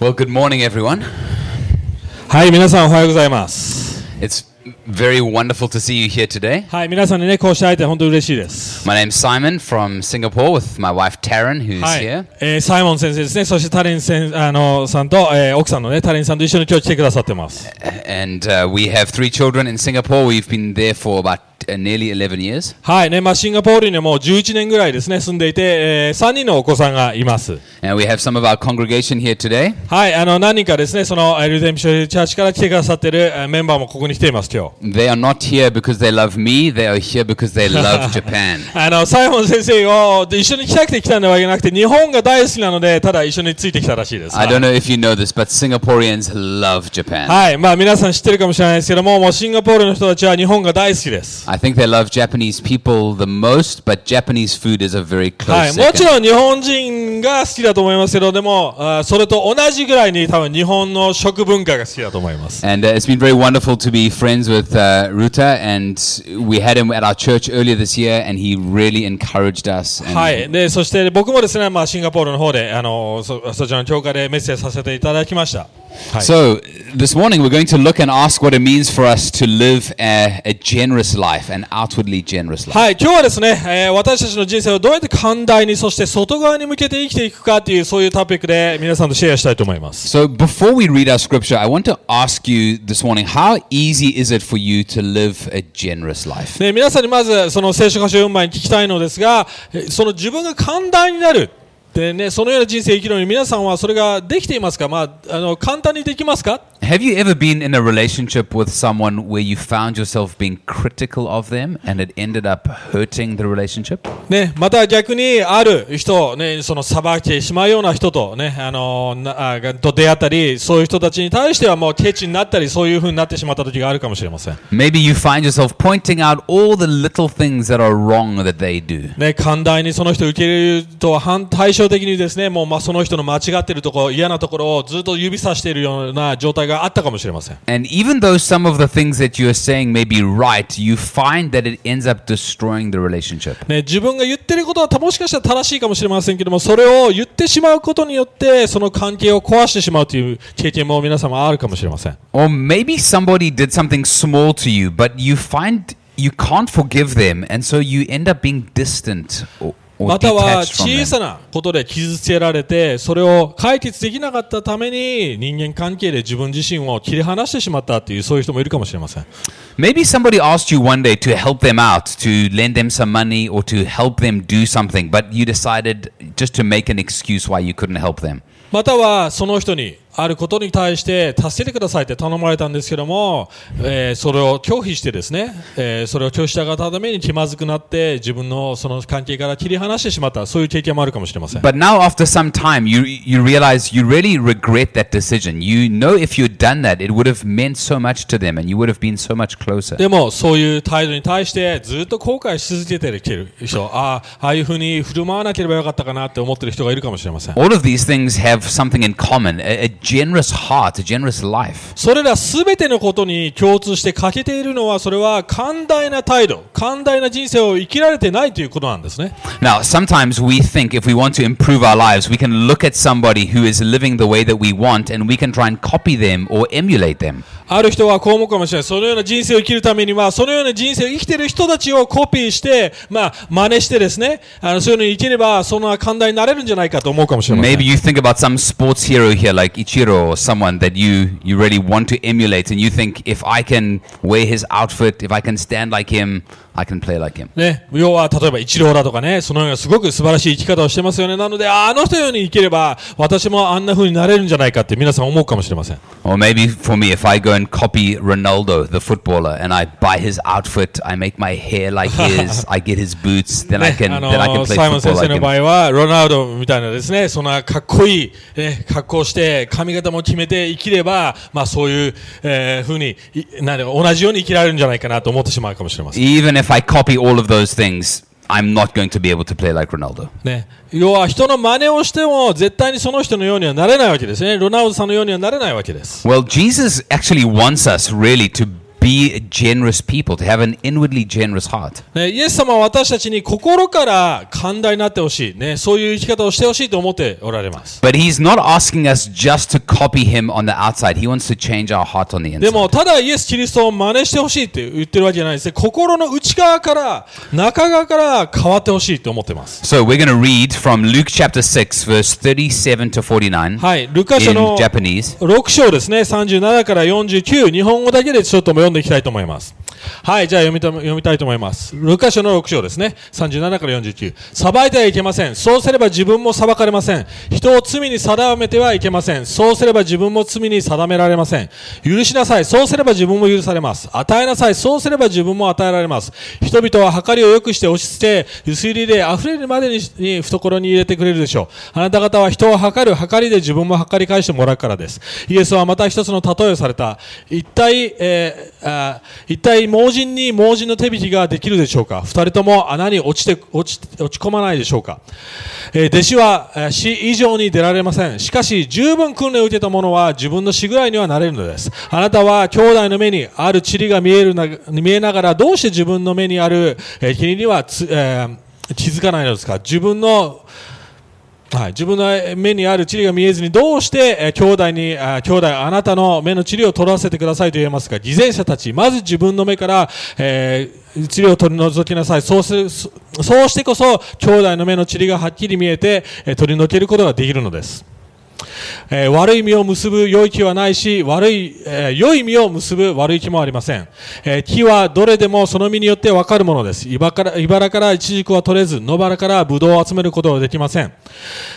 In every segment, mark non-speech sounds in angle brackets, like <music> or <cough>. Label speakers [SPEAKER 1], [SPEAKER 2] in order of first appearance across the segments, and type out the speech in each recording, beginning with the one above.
[SPEAKER 1] Well, good morning, everyone.
[SPEAKER 2] はい、皆さんおはようございます。
[SPEAKER 1] It's very wonderful to see you here today.
[SPEAKER 2] はい、皆さんにね、こうして会えて本当に嬉しいです。
[SPEAKER 1] My name's Simon from Singapore with my wife Taryn, who's
[SPEAKER 2] はい、
[SPEAKER 1] here.
[SPEAKER 2] えーサイモン先生ですね、そしてタレンせんあのさんと、えー奥さんのね、タレンさんと一緒に今日来てくださってます。
[SPEAKER 1] And uh, we have three children in Singapore. We've been there for about uh, nearly 11 years.
[SPEAKER 2] はい、ね、まあ、シンガポールにもう11年ぐらいですね、住んでいて、え3人のお子さんがいます。
[SPEAKER 1] And we have some of our congregation here today.
[SPEAKER 2] はい、あの、何人かですね、その、えーリデンプションチャーチから来てくださってるえーメンバーもここに来ています、今日。
[SPEAKER 1] They are not here because they love me, they are here because they love Japan.
[SPEAKER 2] あの、サイモン先生を一緒に来たくて来たんではなくて、日本が大好きなので、ただ一緒についてきたらしいです。
[SPEAKER 1] I don't know if you know this, but Singaporeans love Japan.
[SPEAKER 2] はい、まあ皆さん知ってるかもしれないですけども、もうシンガポールの人たちは日本が大好きです。
[SPEAKER 1] I think they love Japanese people the most, but Japanese food is a very
[SPEAKER 2] は
[SPEAKER 1] close
[SPEAKER 2] い、もち
[SPEAKER 1] second.
[SPEAKER 2] ろん日本人が好きだと思いますけど、でも、あーそれと同じぐらいに多分日本の食文化が好きだと思います。
[SPEAKER 1] And uh, it's been very wonderful to be friends with uh, Ruta, and we had him at our church earlier this year, and he really encouraged us. And
[SPEAKER 2] はい、でそして僕もですね、まあ、シンガポールの方であのそそちらの教会でメッセージさせていただきました。はい
[SPEAKER 1] So this morning we're going to look and ask what it means for us to live a, a generous life, an outwardly generous life.
[SPEAKER 2] はい、今日はですね、えー私たちの人生をどうやって寛大に、そして外側に向けて生きていくかっていう、そういうトピックで皆さんとシェアしたいと思います。
[SPEAKER 1] So before we read our scripture, I want to ask you this morning: How easy is it for you to live a generous life?
[SPEAKER 2] ね、皆さんにまずその聖書箇所4枚に聞きたいのですがえその自分が寛大になるで、ね、そのような人生を生きるのに皆さんはそれができていますか、まあ、あの簡単にできますか
[SPEAKER 1] Have you ever been in a relationship with someone where you found yourself being critical of them, and it ended up hurting the relationship?
[SPEAKER 2] ね、また逆にある人を、ね、その裁いてしまうような人と,、ね、あのなあがと出会ったりそういう人たちに対してはもうケチになったりそういうふうになってしまった時があるかもしれません、
[SPEAKER 1] Maybe you find yourself pointing out all the little things that are wrong that they do.
[SPEAKER 2] ね、寛大にその人を受け入れるとは反対照的にですねもうまあその人の間違っているところ嫌なところをずっと指さしているような状態があったかもしれません
[SPEAKER 1] And even though some of the things that you are saying may be right, you find that it ends up destroying the relationship.
[SPEAKER 2] ね、自分が言ってることはもしかしたら正しいかもしれませんけども、それを言ってしまうことによって、その関係を壊してしまうという経験も皆様あるかもしれません。
[SPEAKER 1] Or maybe somebody did something small to you, but you find you can't forgive them, and so you end up being distant or, or
[SPEAKER 2] または
[SPEAKER 1] detached from
[SPEAKER 2] 小
[SPEAKER 1] them.
[SPEAKER 2] さなことで傷つけられて、それを解決できなかったために、人間関係で自分自身を切り離してしまったっていう、そういう人もいるかもしれません。
[SPEAKER 1] Maybe somebody asked you one day to help them out, to lend them some money, or to help them do something, but you decided just to make an excuse why you couldn't help them.
[SPEAKER 2] またはその人にあることに対して助けてくださいって頼まれたんですけども、えーそれを拒否してですね、えーそれを拒否したがために気まずくなって自分のその関係から切り離してしまったそういう経験もあるかもしれません。
[SPEAKER 1] But now, after some time, you you realize you really regret that decision. You know, if you'd done that, it would have meant so much to them, and you would have been so much closer.
[SPEAKER 2] でもそういう態度に対してずっと後悔し続けてる人ああああいうふうに振る舞わなければよかったかなって思ってる人がいるかもしれません
[SPEAKER 1] All of these things have something in common: a, a generous heart, a generous life.
[SPEAKER 2] それらすべてのことに共通して欠けているのはそれは寛大な態度寛大な人生を生きられてないということなんですね
[SPEAKER 1] Now, sometimes we think if we want to improve our lives, we can look at somebody who is living the way that we want, and we can try and copy them or emulate them.
[SPEAKER 2] ある人はこう思うかもしれない。そのような人生を生きるためには、そのような人生を生きている人たちをコピーして、まあ、真似してですね、あのそういうのに生きれば、そんな寛大になれるんじゃないかと思うかもしれません。
[SPEAKER 1] Maybe you think about some sports hero here, like Ichiro or someone that you, you really want to emulate, and you think, if I can wear his outfit, if I can stand like him, I can play like him.
[SPEAKER 2] ね、要は、例えば、一郎だとかね、そのようなすごく素晴らしい生き方をしてますよね。なので、ああの人のように生きれば、私もあんな風になれるんじゃないかって皆さん思うかもしれません。
[SPEAKER 1] Or maybe for me, if I go and copy Ronaldo, the footballer, and I buy his outfit, I make my hair like his, I get his boots, then I
[SPEAKER 2] ね
[SPEAKER 1] can
[SPEAKER 2] あ
[SPEAKER 1] then I can
[SPEAKER 2] の
[SPEAKER 1] play
[SPEAKER 2] サイモン
[SPEAKER 1] football
[SPEAKER 2] 先生
[SPEAKER 1] like
[SPEAKER 2] の
[SPEAKER 1] him.
[SPEAKER 2] 場合は、ロナウドみたいなですね、そんなかっこいい、ね、格好をして、髪型も決めて生きれば、まあそういう、えー、ふうに、いなんで同じように生きられるんじゃないかなと思ってしまうかもしれません。
[SPEAKER 1] Even if I copy all of those things, I'm not going to be able to play like Ronaldo.
[SPEAKER 2] ね、要は人の真似をしても、絶対にその人のようにはなれないわけですね。ロナウドさんのようにはなれないわけです。
[SPEAKER 1] Well, Jesus actually wants us really to be generous people, to have an inwardly generous heart.
[SPEAKER 2] ね、イエス様は私たちに心から寛大になってほしい、ね、そういう生き方をしてほしいと思っておられます。
[SPEAKER 1] But he's not asking us just to copy him on the outside. He wants to change our heart on the
[SPEAKER 2] で
[SPEAKER 1] inside.
[SPEAKER 2] も、ただイエス・キリストを真似してほしいって言ってるわけじゃないですね。心の内側から、中側から変わってほしいと思ってます。
[SPEAKER 1] So we're going to read from Luke chapter 6, verse 37 to 49
[SPEAKER 2] はい、ルカ書の
[SPEAKER 1] in Japanese.
[SPEAKER 2] 6章ですね、37から49、日本語だけでちょっと読んでいきたいと思います。はい、じゃあ読みた読みたいと思います。ルカ書の6章ですね、37から49。裁いてはいけません。そうすれば自分も裁かれません。人を罪に定めてはいけません。そうすれば自分も罪に定められません。許しなさい。そうすれば自分も許されます。与えなさい。そうすれば自分も与えられます。人々は計りを良くして押し付け、ゆすりで溢れるまでにに懐に入れてくれるでしょう。あなた方は人を測る測りで自分も測り返してもらうからです。イエスはまた一つの例えをされた。一体、えーあー一体盲人に盲人の手引きができるでしょうか二人とも穴に落ちて、落ち、落ち込まないでしょうかえー弟子は、えー死以上に出られません。しかし、十分訓練を受けた者は自分の死ぐらいにはなれるのです。あなたは兄弟の目にある塵が見えるな、見えながら、どうして自分の目にある、えー霧にはつ、えー気づかないのですか自分の、はい、自分の目にある地理が見えずにどうして、えー兄弟にあー兄弟あなたの目の地理を取らせてくださいと言えますか偽善者たちまず自分の目から、えー、地理を取り除きなさいそうするそそうしてこそ兄弟の目の地理がはっきり見えて、えー取り除けることができるのですえー悪い実を結ぶ良い木はないし、悪い、えー良い実を結ぶ悪い木もありません。えー木はどれでもその実によってわかるものです。茨から、茨からイチジクは取れず、野原からブドウを集めることはできません。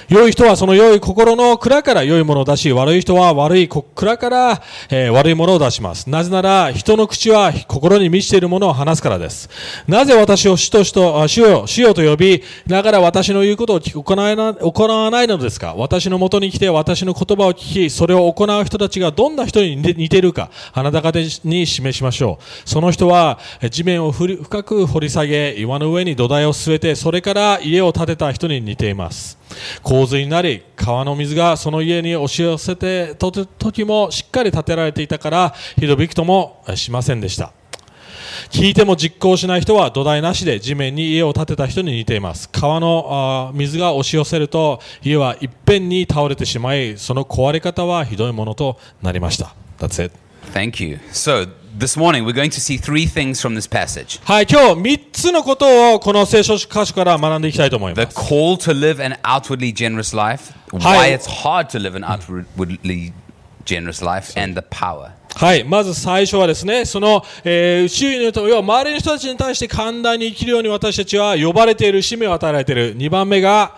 [SPEAKER 2] 良い人はその良い心の蔵から良いものを出し、悪い人は悪いこ蔵から、えー悪いものを出します。なぜなら、人の口は心に満ちているものを話すからです。なぜ私を主としと、あ主よ、主よと呼び、ながら私の言うことを聞く行えな行わないのですか私のもとに来て私の言葉を聞き、それを行う人たちがどんな人に似似ているか、あなた方に示しましょう。その人は、え地面をふり深く掘り下げ、岩の上に土台を据えて、それから家を建てた人に似ています。洪水になり、川の水がその家に押し寄せて、とて時もしっかり建てられていたから、ひどびくともえしませんでした。聞いても実行しない人は土台なしで地面に家を建てた人に似ています川のあー水が押し寄せると家はいっぺんに倒れてしまいその壊れ方はひどいものとなりました That's it
[SPEAKER 1] Thank you. So this morning we're going to see three things from this passage
[SPEAKER 2] はい今日3つのことをこの聖書箇所から学んでいきたいと思い
[SPEAKER 1] the
[SPEAKER 2] ます
[SPEAKER 1] call to live an outwardly generous life, why
[SPEAKER 2] Hi.
[SPEAKER 1] it's hard to live an outwardly generous life, and the power.
[SPEAKER 2] はいまず最初はですねその、えー周囲の人要は周りの人たちに対して寛大に生きるように私たちは呼ばれている使命を与えられている2番目が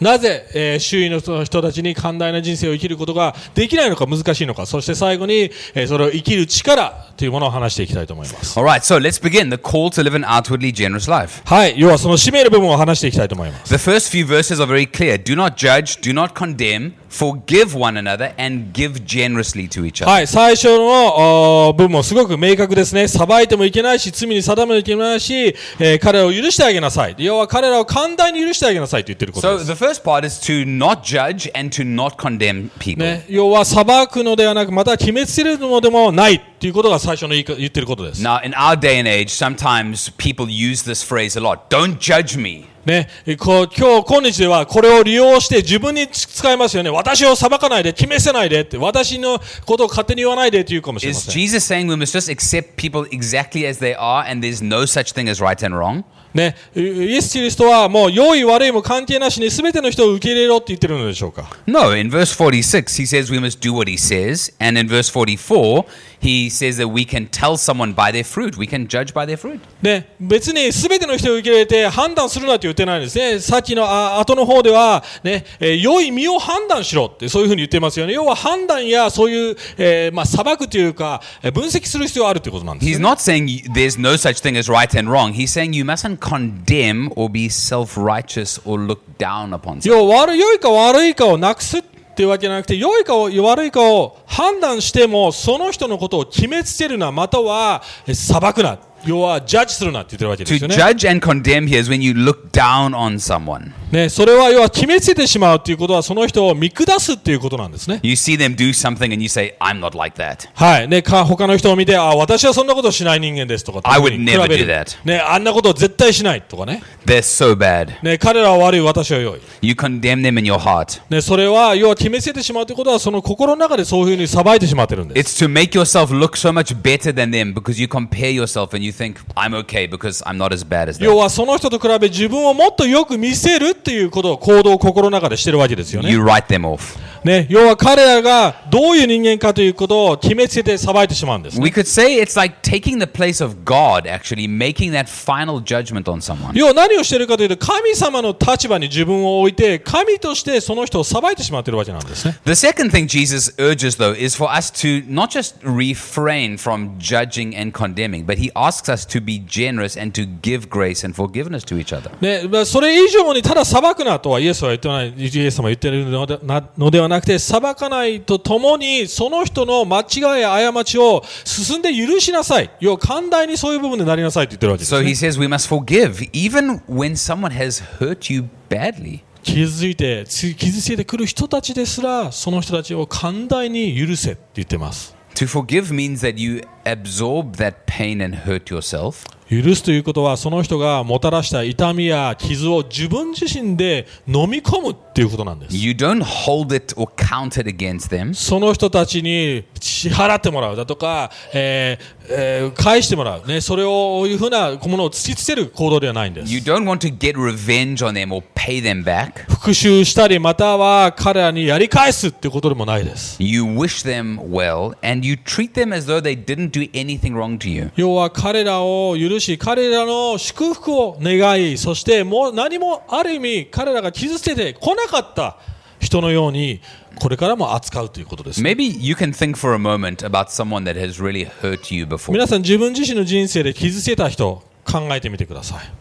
[SPEAKER 2] なぜ、えー周囲の人人たちに寛大な人生を生きることができないのか難しいのかそして最後に、えーそれを生きる力というものを話していきたいと思います
[SPEAKER 1] All right, so let's begin the call to live an outwardly generous life.
[SPEAKER 2] はい要はその使命の部分を話していきたいと思います
[SPEAKER 1] The first few verses are very clear. Do not judge, do not condemn, forgive one another, and give generously to each other.
[SPEAKER 2] はい、最初のおー部分もすごく明確ですね。裁いてもいけないし、罪に定めてもいけないし、えー彼らを許してあげなさい。要は彼らを寛大に許してあげなさいと言ってること
[SPEAKER 1] So
[SPEAKER 2] です。
[SPEAKER 1] the first part is to not judge and to not condemn people.
[SPEAKER 2] ね、要は裁くのではなく、また決めつけるのでもないということが最初の言いか言ってることです。
[SPEAKER 1] Now, in our day and age, sometimes people use this phrase a lot. Don't judge me.
[SPEAKER 2] ね、えこう今日、今日ではこれを利用して自分につ使いますよね。私を裁かないで、決めせないでって、私のことを勝手に言わないでって言うかもしれま
[SPEAKER 1] Is
[SPEAKER 2] せん。
[SPEAKER 1] Jesus saying we must just accept people exactly as they are and there's no such thing as right and wrong?
[SPEAKER 2] ね、イイエス・キリストはもう良い悪いも関係なしに全ての人を受け入れろって言ってるのでしょうか。
[SPEAKER 1] No, in verse 46, he says we must do what he says. And in verse 44, he says that we can tell someone by their fruit. We can judge by their fruit.
[SPEAKER 2] ね、別に全ての人を受け入れて判断するなって言ってないんですね。さっきのあ後の方では、ね、えー良い身を判断しろってそういうふうに言ってますよね。要は判断やそういう、えーまあ、裁くというか、えー分析する必要があるということなんで
[SPEAKER 1] He's
[SPEAKER 2] すね。
[SPEAKER 1] not saying y- there's no such thing as right and wrong. He's saying you mustn't condemn or be self righteous or look down upon someone.
[SPEAKER 2] 要は悪い良いか悪いかをなくすっていうわけじゃなくて、良いかを悪いかを判断しても、その人のことを決めつけるな、またはえー裁くな。要はジャッジするなって言ってるわけで
[SPEAKER 1] To
[SPEAKER 2] すよね。
[SPEAKER 1] judge and condemn here is when you look down on someone.
[SPEAKER 2] ねね、それは要は決めつけてしまうということは、その人を見下すっていうことなんですね。
[SPEAKER 1] You see them do something and you say, I'm not like that.
[SPEAKER 2] はい。ね、か、他の人を見て、あ、私はそんなことしない人間ですとか。
[SPEAKER 1] I would
[SPEAKER 2] 比べる
[SPEAKER 1] never do that.
[SPEAKER 2] ね、あんなことを絶対しないとかね。
[SPEAKER 1] They're so bad.
[SPEAKER 2] ね、彼らは悪い、私は良い。
[SPEAKER 1] You condemn them in your heart.
[SPEAKER 2] ね、それは、要は決めつけてしまうということは、その心の中でそういうふうに裁いてしまってるんです。
[SPEAKER 1] It's to make yourself look so much better than them because you compare yourself and you think, I'm okay because I'm not as bad as
[SPEAKER 2] 要
[SPEAKER 1] them.
[SPEAKER 2] は、その人と比べ自分をもっとよく見せるっていうことを、行動を心の中でしてるわけですよね。
[SPEAKER 1] You write them off.
[SPEAKER 2] ね、要は彼らがどういう人間かということを決めつけて裁いてしまうんです。
[SPEAKER 1] We could say it's like taking the place of God, actually, making that final judgment on someone.
[SPEAKER 2] 要は何をしているかというと、神様の立場に自分を置いて、神としてその人を裁いてしまっているわけなんですね。
[SPEAKER 1] The second thing Jesus urges, though, is for us to not just refrain from judging and condemning, but he asks us to be generous and to give grace and forgiveness to each other.
[SPEAKER 2] ね、まあそれ以上にただ裁くなとはイエスは言ってない、イエス様は言ってるのでなのではなくて、裁かないとともに、その人の間違いや過ちを進んで許しなさい。要は寛大にそういう部分でなりなさいと言ってるわけです
[SPEAKER 1] So
[SPEAKER 2] ね、
[SPEAKER 1] he says we must forgive, even when someone has hurt you badly.
[SPEAKER 2] 傷ついて、つ傷ついてくる人たちですら、その人たちを寛大に許せって言ってます。
[SPEAKER 1] To forgive means that you absorb that pain and hurt yourself,
[SPEAKER 2] 許すということは、その人がもたらした痛みや傷を自分自身で飲み込むっていうことなんです。
[SPEAKER 1] you don't hold it or count it against them.
[SPEAKER 2] その人たちに支払ってもらうだとか、えーえー返してもらう、ね、それをいうふうなものを突きつける行動ではないんです
[SPEAKER 1] You。don't want to get revenge on them or pay them back.
[SPEAKER 2] 復讐したり、または彼らにやり返すっていうことでもないです。
[SPEAKER 1] You wish them well and you treat them as though they didn't do anything wrong to you.
[SPEAKER 2] 要は彼らを許し、彼らの祝福を願い、そしてもう何もある意味、彼らが傷つけてこなかった人のように、これからも扱うということです。
[SPEAKER 1] Maybe you can think for a moment about someone that has really hurt you before.
[SPEAKER 2] 皆さん、自分自身の人生で傷つけた人、考えてみてください。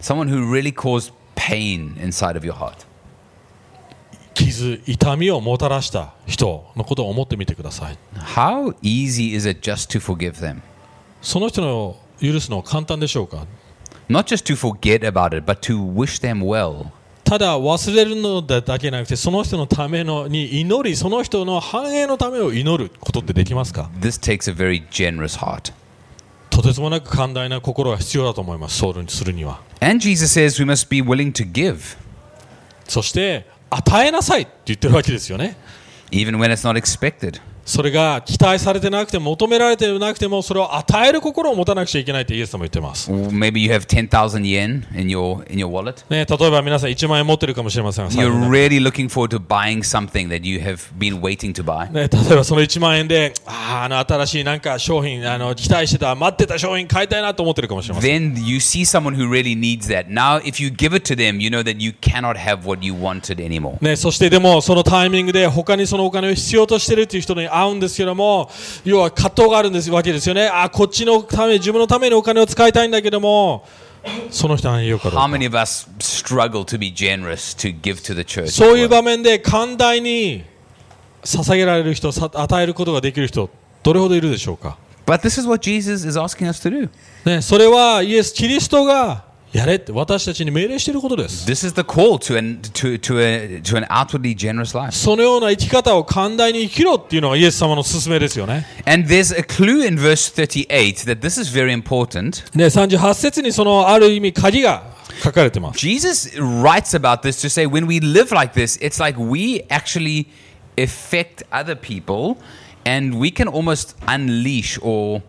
[SPEAKER 1] Someone who really caused pain inside of your heart.
[SPEAKER 2] 傷、痛みをもたらした人のことを思ってみてください。
[SPEAKER 1] How easy is it just to forgive them?
[SPEAKER 2] その人の許すのは簡単でしょうか
[SPEAKER 1] Not just to forget about it, but to wish them well.
[SPEAKER 2] ただ忘れるのだけじゃなくて、その人のためのに祈り、その人の繁栄のためを祈ることってできますか
[SPEAKER 1] This takes a very generous heart.
[SPEAKER 2] とてつもなく寛大な心が必要だと思います、ソウルにするには。
[SPEAKER 1] And Jesus says we must be willing to give,
[SPEAKER 2] そして、与えなさいって言ってるわけですよね。
[SPEAKER 1] even when it's not expected.
[SPEAKER 2] それが期待されてなくても、求められてなくても、それを与える心を持たなくちゃいけないってイエス様は言ってます。
[SPEAKER 1] Maybe you have 10,000 yen in your, in your wallet.
[SPEAKER 2] ね、例えば皆さん1万円持ってるかもしれませんが、財布の中
[SPEAKER 1] You're really
[SPEAKER 2] に
[SPEAKER 1] looking forward to buying something that you have been waiting to buy.
[SPEAKER 2] ね、 <laughs> 例えばその1万円で、あーあの新しいなんか商品あの、期待してた、待ってた商品買いたいなと思ってるかもしれません。
[SPEAKER 1] Then you see someone who really needs that. Now, if you give it to them, you know that you cannot have what you wanted anymore.
[SPEAKER 2] ね、そしてでも、そのタイミングで、他にそのお金を必要としてるっていう人に会うんですけども、要は葛藤があるんですわけですよね。あー、こっちのため、自分のためにお金を使いたいんだけども、その人に言うかどう
[SPEAKER 1] How
[SPEAKER 2] か
[SPEAKER 1] many of us struggle to be generous, to give to the church?
[SPEAKER 2] そういう場面で、寛大に捧げられる人、さ与えることができる人、どれほどいるでしょうか。
[SPEAKER 1] But this is what Jesus is asking us to do.
[SPEAKER 2] ね、それはイエス、キリストが、やれって私たちに命令していることです。
[SPEAKER 1] This is the call to an, to, to, a, to an outwardly generous life.
[SPEAKER 2] そのような生き方を寛大に生きろっていうのがイエス様の勧めですよね。
[SPEAKER 1] And there's a clue in verse 38 that this is very important.
[SPEAKER 2] ね、38節にそのある意味鍵が書かれてます。
[SPEAKER 1] Jesus writes about this to say when we live like this, it's like we actually affect other people and we can almost unleash or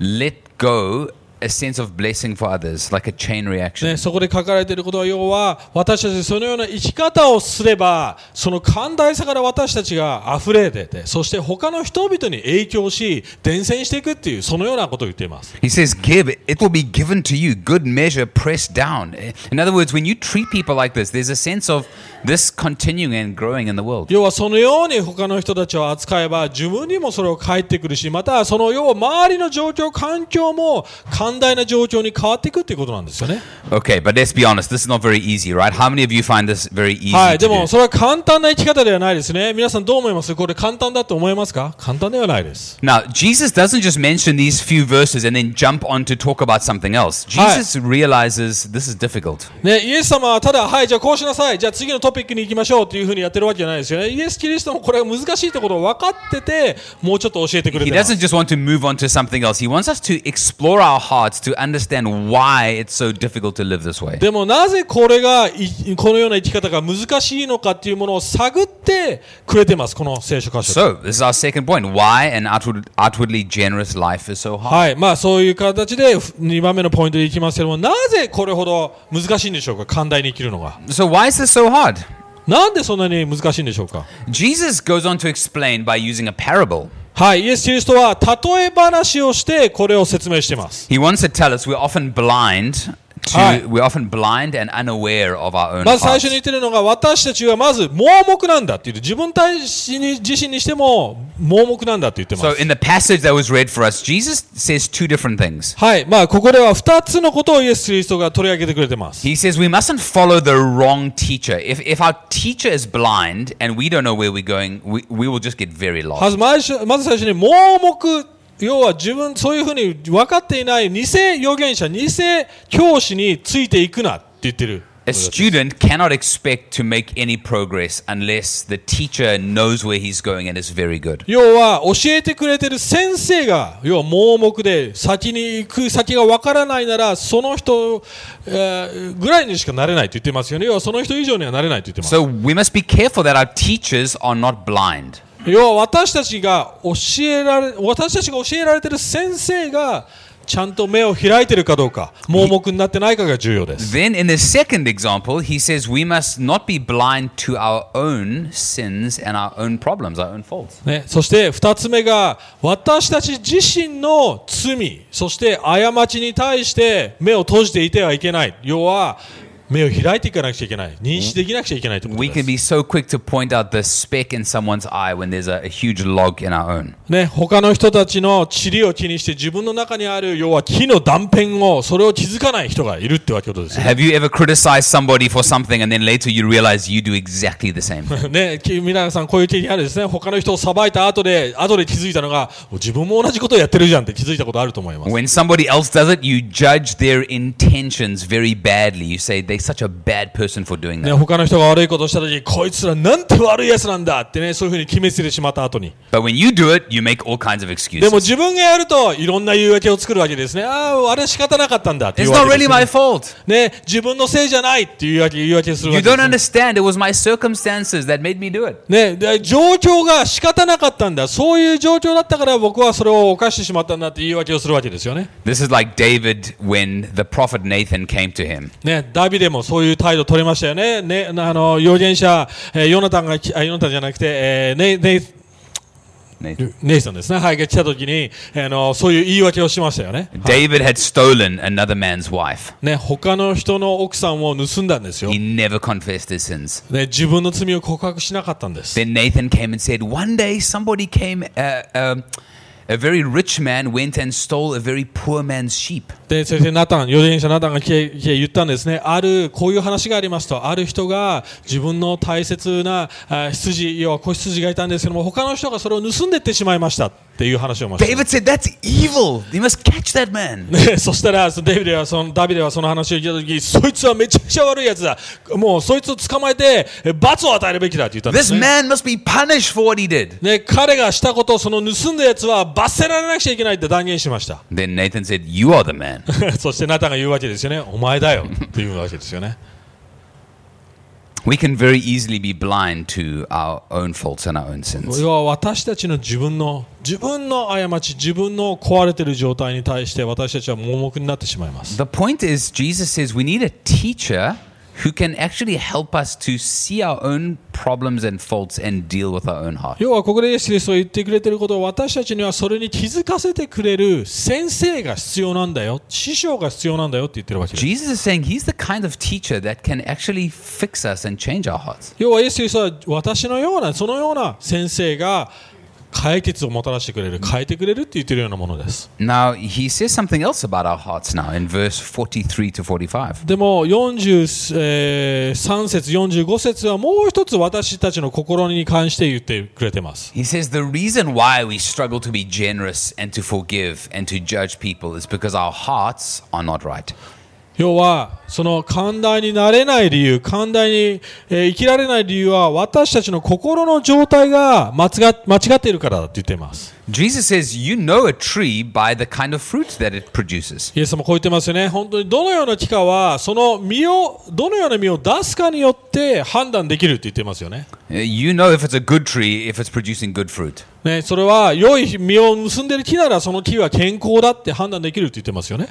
[SPEAKER 1] let go a sense of blessing for others, like a chain reaction.
[SPEAKER 2] ね、そこで書かれていることは要は私たちそのような生き方をすればその寛大さから私たちが溢れててそして他の人々に影響し伝染していくっていうそのようなことを言っています。
[SPEAKER 1] He says, Give, it will be given to you, good measure pressed down. In other words, when you treat people like this, there's a sense of this continuing and growing in the world.
[SPEAKER 2] 要はそのように他の人たちを扱えば自分にもそれを返ってくるしまたその要は周りの状況環境も寛寛大な状況に変わっていくっていうことなんですよね。
[SPEAKER 1] Okay, but let's be honest. This is not very easy, right? How many of you find this very easy?
[SPEAKER 2] は
[SPEAKER 1] to
[SPEAKER 2] い、でも
[SPEAKER 1] do?
[SPEAKER 2] それは簡単な生き方ではないですね。皆さんどう思いますこれ簡単だと思いますか簡単ではないです。
[SPEAKER 1] Now, Jesus doesn't just mention these few verses and then jump on to talk about something else.
[SPEAKER 2] Hi.
[SPEAKER 1] Jesus realizes this is difficult.
[SPEAKER 2] ね、イエス様はただ、はい、じゃあこうしなさい、じゃあ次のトピックに行きましょうっていうふうにやってるわけじゃないですよね。イエス・キリストもこれが難しいってことを分かってて、もうちょっと教えてくれ
[SPEAKER 1] He
[SPEAKER 2] てます
[SPEAKER 1] doesn't just want to move on to something else. He wants us to explore our hearts to understand why it's so difficult to live this way.
[SPEAKER 2] でもなぜこれがいこのような生き方が難しいのかっていうものを探ってくれてます、この聖書箇所。
[SPEAKER 1] So, this is our second point. Why an outward, outwardly generous life is so hard.
[SPEAKER 2] はいまあ、そういう形で2番目のポイントでいきますけども、なぜこれほど難しいんでしょうか、寛大に生きるのが。
[SPEAKER 1] So, why is this so hard?
[SPEAKER 2] なんでそんなに難しいんでしょうか。
[SPEAKER 1] Jesus goes on to explain by using a parable.
[SPEAKER 2] はい、イエス・キリストは例え話をしてこれを説明してます。
[SPEAKER 1] He wants to tell us we're often blind to
[SPEAKER 2] Hi.
[SPEAKER 1] we're often blind and unaware of our own
[SPEAKER 2] まず最
[SPEAKER 1] hearts.
[SPEAKER 2] 初に言ってるのが私たちはまず盲目なんだって言って自分たちに自身にしても盲目なんだって言ってま
[SPEAKER 1] So
[SPEAKER 2] す。
[SPEAKER 1] in the passage that was read for us, Jesus says two different things.
[SPEAKER 2] はい、まあここでは2つのことをイエス・キリストが取り上げてくれてます。
[SPEAKER 1] He says we mustn't follow the wrong teacher. If, if our teacher is blind and we don't know where we're going, we, we will just get very
[SPEAKER 2] ま
[SPEAKER 1] lost.
[SPEAKER 2] ずまずまず最初に盲目要は自分そういうふうに分かっていない偽預言者偽教師についていくなって言ってる。
[SPEAKER 1] A student cannot expect to make any progress unless the teacher knows where he's going and is very good.
[SPEAKER 2] 要は教えてくれてる先生が要は盲目で先に行く先がわからないならその人、えーぐらいにしかなれないと言ってますよね要はその人以上にはなれないと言ってます
[SPEAKER 1] So we must be careful that our teachers are not blind.
[SPEAKER 2] 要は私たちが教えられ私たちが教えられてる先生がちゃんと目を開いてるかどうか盲目になってないかが重要です
[SPEAKER 1] Then in the second example, he says we must not be blind to our own sins and our own problems, our own faults.
[SPEAKER 2] ね、そして2つ目が私たち自身の罪そして過ちに対して目を閉じていてはいけない要は目を開いていかなくちゃいけない認識できなくちゃいけないというこ
[SPEAKER 1] We
[SPEAKER 2] とで
[SPEAKER 1] can
[SPEAKER 2] す、
[SPEAKER 1] be so quick to point out the speck in someone's eye when there's a, a huge log in our own.
[SPEAKER 2] ね、他の人たちの塵を気にして自分の中にある要は木の断片をそれを気づかない人がいるってわけことです
[SPEAKER 1] <laughs>
[SPEAKER 2] よ
[SPEAKER 1] Have you ever criticized somebody for something and then later you realize you do exactly the same?
[SPEAKER 2] ね、き皆さんこういう経験あるですね他の人を裁いた後で後で気づいたのが自分も同じことをやってるじゃんって気づいたことあると思います
[SPEAKER 1] when somebody else does it, you judge their intentions very badly. You say they're such a bad person for doing
[SPEAKER 2] ね、
[SPEAKER 1] that.
[SPEAKER 2] 他の人が悪いことをした時こいつらなんて悪いやつなんだってねそういうふうに決めつけてしまった後に
[SPEAKER 1] But when you do it, you make all kinds of
[SPEAKER 2] で
[SPEAKER 1] excuses.
[SPEAKER 2] も自分がやるといろんな言い訳を作るわけですねあああれは仕方なかったんだってい
[SPEAKER 1] It's
[SPEAKER 2] うわ
[SPEAKER 1] not
[SPEAKER 2] けで
[SPEAKER 1] really
[SPEAKER 2] すね
[SPEAKER 1] my fault.
[SPEAKER 2] ね自分のせいじゃないっていう言い訳言い訳するわ
[SPEAKER 1] You
[SPEAKER 2] けです
[SPEAKER 1] don't
[SPEAKER 2] ね
[SPEAKER 1] understand. It was my circumstances that made me do it.
[SPEAKER 2] ねで状況が仕方なかったんだそういう状況だったから僕はそれを犯してしまったんだって言い訳をするわけですよね
[SPEAKER 1] This is like David when the prophet Nathan came to him.
[SPEAKER 2] ね、ダビデもそういう態度取れましたよね。ね、あの、預言者、えーヨナタンがき、あ、ヨナタンじゃなくて、えーネイ、ネイ、
[SPEAKER 1] Nathan.
[SPEAKER 2] ネイさんですね。はい、が来た時に、あの、そういう言い訳をしましたよね。
[SPEAKER 1] David had stolen another man's wife.
[SPEAKER 2] ね、他の人の奥さんを盗んだんですよ
[SPEAKER 1] He。never confessed his sins.
[SPEAKER 2] ね、自分の罪を告白しなかったんです。
[SPEAKER 1] Then Nathan came and said, One day somebody came, uh, um, a very rich man went and stole a very poor man's sheep.
[SPEAKER 2] で、先生、ナタン、預言者ナタンが来て来て言ったんですね。ある、こういう話がありますと、ある人が自分の大切なあ羊、要は子羊がいたんですけども、他の人がそれを盗んでってしまいましたっていう話をしました。
[SPEAKER 1] David said, That's evil. You must catch that man.
[SPEAKER 2] ね、そしたらそのデビデはそのダビデはその話を聞いた時そいつはめちゃくちゃ悪いやつだもうそいつを捕まえてえ罰を与えるべきだって言ったんで
[SPEAKER 1] This
[SPEAKER 2] す、ね
[SPEAKER 1] man must be punished for what he did.
[SPEAKER 2] ね、彼がしたことをその盗んだやつは罰せられなくちゃいけないって断言しました
[SPEAKER 1] Then Nathan said, You are the man.
[SPEAKER 2] <laughs> そしてナタンが言うわけですよねお前だよっていうわけですよね
[SPEAKER 1] We can very easily be blind to our own faults and our own sins.
[SPEAKER 2] <laughs> 要は私たちの自分の自分の過ち自分の壊れてる状態に対して私たちは盲目になってしまいます
[SPEAKER 1] The point is, Jesus says we need a teacher who can actually help us to see our own problems and faults and deal with our own heart.
[SPEAKER 2] 要はここでイエス・キリストが言ってくれてることは私たちにはそれに気づかせてくれる先生が必要なんだよ師匠が必要なんだよって言ってるわけです
[SPEAKER 1] Jesus is saying he's the kind of teacher that can actually fix us and change our hearts.
[SPEAKER 2] 要はイエス・キリストは私のようなそのような先生が解決をもたらしてくれる、変えてくれるって言ってるようなものです。
[SPEAKER 1] Now, he says something else about our hearts now in verse 43 to 45.
[SPEAKER 2] でも43節、45節はもう一つ私たちの心に関して言ってくれてます。
[SPEAKER 1] He says, The reason why we struggle to be generous and to forgive and to judge people is because our hearts are not right.
[SPEAKER 2] 要は、その寛大になれない理由、寛大に、えー生きられない理由は私たちの心の状態が間違っ間違っているからだって言っています。
[SPEAKER 1] Jesus says, You know a tree by the kind of fruit that it produces.
[SPEAKER 2] イエス様こう言ってますよね。本当にどのような木かは、その実を、どのような実を出すかによって判断できるって言ってますよね。
[SPEAKER 1] Uh, You know if it's a good tree, if it's producing good fruit.
[SPEAKER 2] ね、それは良い実を結んでいる木ならその木は健康だって判断できるって言ってますよね。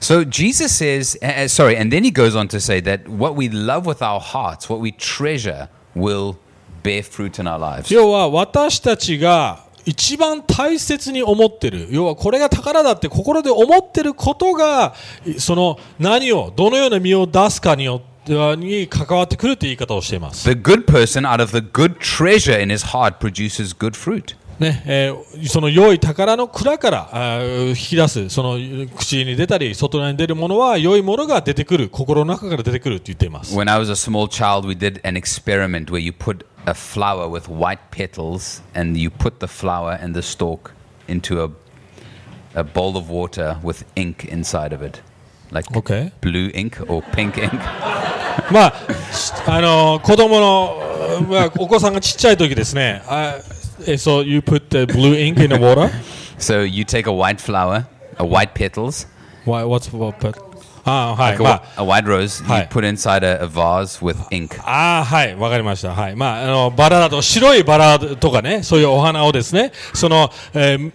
[SPEAKER 1] So Jesus says, uh, uh, sorry, and then he goes on to say that what we love with our hearts, what we treasure, will bear fruit in our lives.
[SPEAKER 2] 要は私たちが一番大切に思ってる要はこれが宝だって心で思ってることがその何をどのような身を出すかによってに関わってくるって言い方をしています、
[SPEAKER 1] The good person out of the good treasure in his heart produces good fruit.
[SPEAKER 2] ねえーその良い宝の蔵からあー引き出すその口に出たり外に出るものは良いものが出てくる心の中から出てくるって言っています、
[SPEAKER 1] When I was a small child, we did an experiment where you put a flower with white petals and you put the flower and the stalk into a, a bowl of water with ink inside of it. Like
[SPEAKER 2] Okay.
[SPEAKER 1] blue ink or pink ink.
[SPEAKER 2] まあ、しあの子供の、まあ、お子さんがちっちゃい時ですね。あ eh, so you put the blue ink in the water?
[SPEAKER 1] So you take a white flower, a white petals,
[SPEAKER 2] Why, what's what? but- ああ、はい。
[SPEAKER 1] like a,
[SPEAKER 2] まあ
[SPEAKER 1] whi- a white rose, you
[SPEAKER 2] Hi.
[SPEAKER 1] put inside a, a vase with ink.
[SPEAKER 2] ああ、はい、わかりました。はい。まあ、あの、バラだと、白いバラとかね、そういうお花をですね、その、えー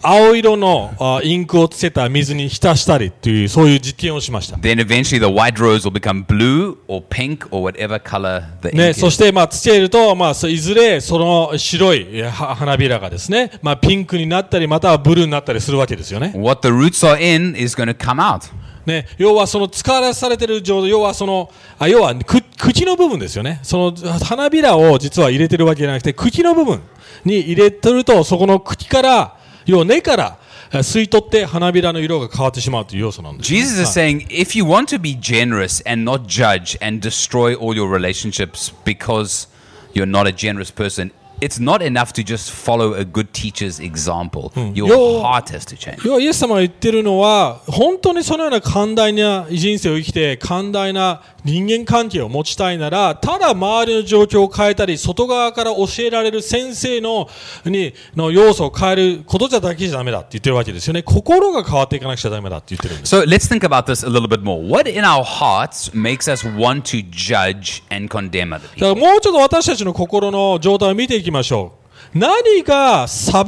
[SPEAKER 2] 青色のあインクをつけた水に浸したりっていう、そういう実験をしました。
[SPEAKER 1] Then eventually the white rose will become blue or pink or whatever color the
[SPEAKER 2] ね、
[SPEAKER 1] ink
[SPEAKER 2] そ
[SPEAKER 1] is.
[SPEAKER 2] して、まあ、土へいると、まあ、そういずれ、その白いえーは花びらがですね、まあ、ピンクになったり、またはブルーになったりするわけですよね。
[SPEAKER 1] What the roots are in is going to come out.
[SPEAKER 2] ね、要はその使わされてる状態、要はその、あ要はく茎の部分ですよね。その花びらを実は入れてるわけじゃなくて、茎の部分に入れてると、そこの茎から、要は根からえ吸い取って花びらの色が変わってしまうという要素なんですね、
[SPEAKER 1] Jesus is saying if you want to be generous and not judge and destroy all your relationships because you're not a generous person, it's not enough to just follow a good teacher's example. Your
[SPEAKER 2] Hmm. Yo-
[SPEAKER 1] heart has to change.
[SPEAKER 2] 要はイエス様が言ってるのは、本当にそのような寛大な人生を生きて、寛大な人間関係を持ちたいなら、ただ周りの状況を変えたり、外側から教えられる先生のにの要素を変えることじゃだけじゃダメだって言ってるわけですよね。心が変わっていかなくちゃダメだって言ってるんです。
[SPEAKER 1] So let's think about this a little bit more. What in our hearts makes us want to judge and condemn other people?
[SPEAKER 2] だからもうちょっと私たちの心の状態を見ていきましょう。何が裁